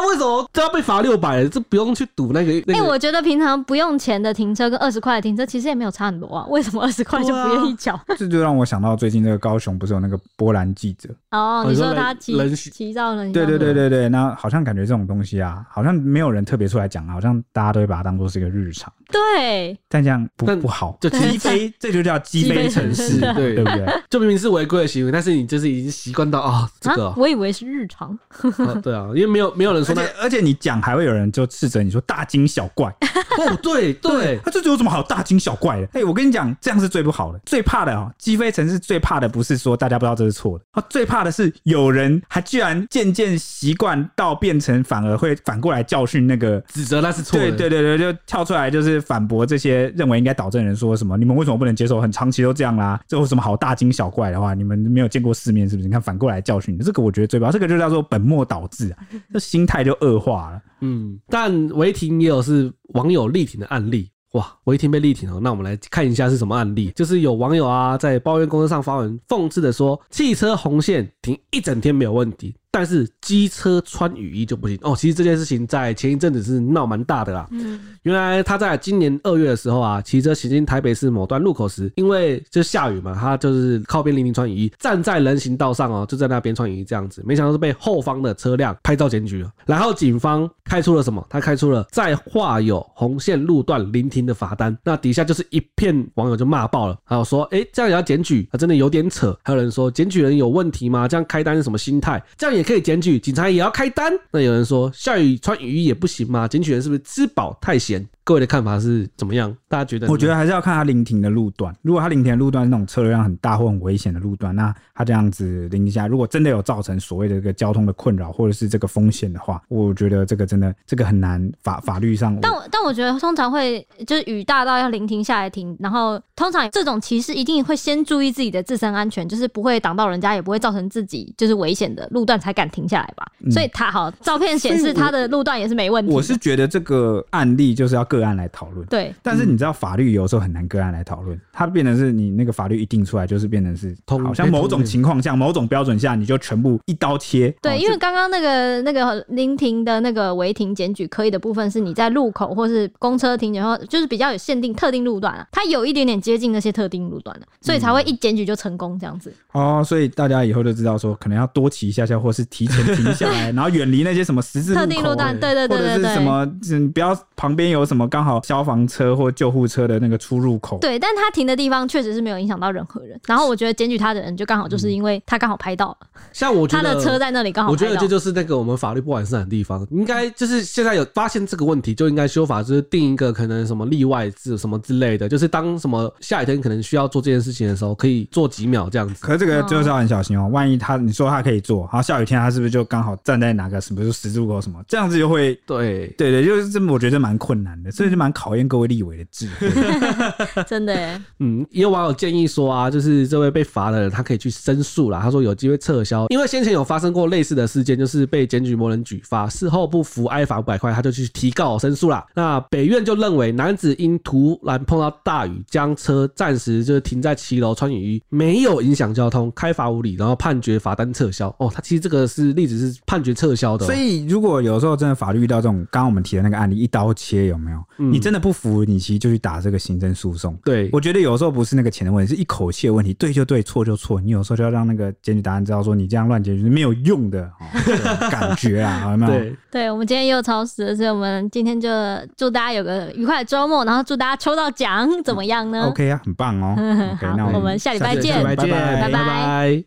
C: 为什么这要被罚六百？这不用去赌那个
B: 哎、
C: 那个。
B: 我觉得平常不用钱的停车跟二十块的停车其实也没有差很多啊， <laughs> 为什么二十块就不愿意缴？
A: 这就让我想到最近这个高雄不是有那个波兰记者？
B: 哦，
C: 哦
B: 你
C: 你说
B: 说他
C: 人
B: 骑
C: 人
B: 骑到了，
A: <laughs> 对对对，对对，那好像感觉这种东西啊，好像没有人特别出来讲，啊好像大家都会把它当做是一个日常，
B: 对，啊
A: 但这样不
C: 但
A: 不好。
C: 就
B: <laughs>
A: 鸡
C: 鸡
A: 飞，这就叫鸡
B: 鸡
A: 飞
B: 飞
A: 城
B: 城
A: 市，
B: 市
A: 对不对？
C: 就明明是违规的行为，但是你就是已经习惯到啊、这
A: <laughs>
C: 个
B: 啊
C: 哦、，
B: 我以为是日常，
C: 哦对啊，因为没有没有人
A: 而
C: 说那
A: 且而且你 <laughs> 讲还会有人就斥责你说大惊小怪，
C: 哦，对对，
A: <laughs> 他这有什么好大惊小怪怪 <laughs> 的。哎、我跟你讲，这样是最不好的，最怕的哦，鸡飞城市最怕的不是说大家不知道这是错的，哦，最怕的是有人还居然渐渐习惯到变成反而会反过来教训那个
C: 指责那是错的，
A: 对对对对，就跳出来就是反驳这些认为应该导正人说什么，你们为什么不能接受？很长期都这样啦，这有什么好大惊小怪的话？你们没有见过世面是不是？你看反过来教训你，这个我觉得最不好，这个就叫做本末倒置啊，这心态就恶化了。
C: 嗯，但违停也有是网友力挺的案例。哇，违停被力挺哦，那我们来看一下是什么案例。就是有网友啊在抱怨公车上发文，讽刺的说汽车红线停一整天没有问题，但是机车穿雨衣就不行哦。其实这件事情在前一阵子是闹蛮大的啦。
B: 嗯，
C: 原来他在今年二月的时候啊，骑车行经台北市某段路口时，因为就下雨嘛，他就是靠边淋淋穿雨衣，站在人行道上哦，就在那边穿雨衣这样子，没想到是被后方的车辆拍照检举了。哦然后警方开出了什么？他开出了在画有红线路段临停的罚单。那底下就是一片网友就骂爆了，还有说，哎，这样也要检举，啊，真的有点扯。还有人说，检举人有问题吗？这样开单是什么心态？这样也可以检举，警察也要开单？那有人说，下雨穿雨衣也不行吗？检举人是不是吃饱太闲？各位的看法是怎么样？大家觉得呢？
A: 我觉得还是要看他临停的路段。如果他临停的路段是那种车流量很大或很危险的路段，那他这样子临一下，如果真的有造成所谓的这个交通的困扰或者是这个风险的话，我觉得这个真的这个很难法法律上我。
B: 但我但我觉得通常会就是雨大到要临停下来停，然后通常这种骑士一定会先注意自己的自身安全，就是不会挡到人家，也不会造成自己就是危险的路段才敢停下来吧。所以他好，照片显
A: 所
B: 示
A: 以我
B: 他的路段也是没问题的。
A: 嗯我是觉得这个案例就是要个案来讨论。
B: 对，
A: 但是你知道，法律有时候很难个案来讨论，它变成是你那个法律一定出来，就是变成是
C: 通
A: 好像某种情况下、某种标准下，你就全部一刀切。
B: 对，
A: 哦
B: 因为刚刚那个那个临停的那个违停检举可以的部分是你在路口或是公车停然后就是比较有限定特定路段啊，它有一点点接近那些特定路段的、啊所以才会
A: 嗯
B: 一检举就成功这样子。
A: 哦，所以大家以后就知道说，可能要多骑一下下，或是提前停下
B: <laughs>
A: 来，然后远离那些什么十字路口、
B: 特定路段，对对
A: 或
B: 对
A: 者
B: 对
A: 是
B: 对，
A: 什么，嗯，不要旁边有什么刚好消防车或救护车的那个出入口。
B: 对，但他停的地方确实是没有影响到任何人。然后我觉得检举他的人就刚好就是因为他刚好拍到了、
C: 像我觉
B: 他
C: 得
B: 的哦车在那里刚好
C: 我
B: 拍到
C: 觉得这就是那个我们法律不完善的地方，应该就是现在有发现这个问题，就应该修法，就是定一个可能什么例外制什么之类的，就是当什么下雨天可能需要做这件事情的时候，可以做几秒这样子。
A: 可是这个就是要很小心哦，万一他你说他可以做，然后下雨天他是不是就刚好站在哪个什么十字路口什么，这样子就会
C: 对，
A: 对对，就是这么，我觉得蛮困难的，
B: 嗯
A: 所以就蛮考验各位立委的智慧。
B: <laughs> 真的耶，
C: 嗯，也有网友建议说啊，就是这位被罚的人，他可以去申诉啦。他说有机会撤销，因为先前有发生过类似的事件，就是被检举某人举发，事后不服挨罚五百块，他就去提告申诉啦。那北院就认为，男子因突然碰到大雨，将车暂时就是停在骑楼穿雨衣，没有影响交通，开罚无理，然后判决罚单撤销。哦，他其实这个是例子是判决撤销的哦、
A: 所以如果有时候真的法律遇到这种，刚刚我们提的那个案例一刀切，有没有？
B: 嗯
A: 你真的不服，你其实就去打这个行政诉讼。
C: 对，
A: 我觉得有时候不是那个钱的问题，是一口气的问题，对就对，错就错。你有时候就要让那个检举答案知道说你这样乱检举是没有用的、哦、这种感觉啊，有没有？
C: 对。
B: <laughs> 对我们今天又超时了，所以我们今天就祝大家有个愉快的周末，然后祝大家抽到奖，怎么样呢？ <laughs>
A: OK 啊，很棒哦。OK，那
B: 好，我们下礼拜
A: 下次
B: 见
A: 见，。
C: 拜
A: 拜拜
C: 拜。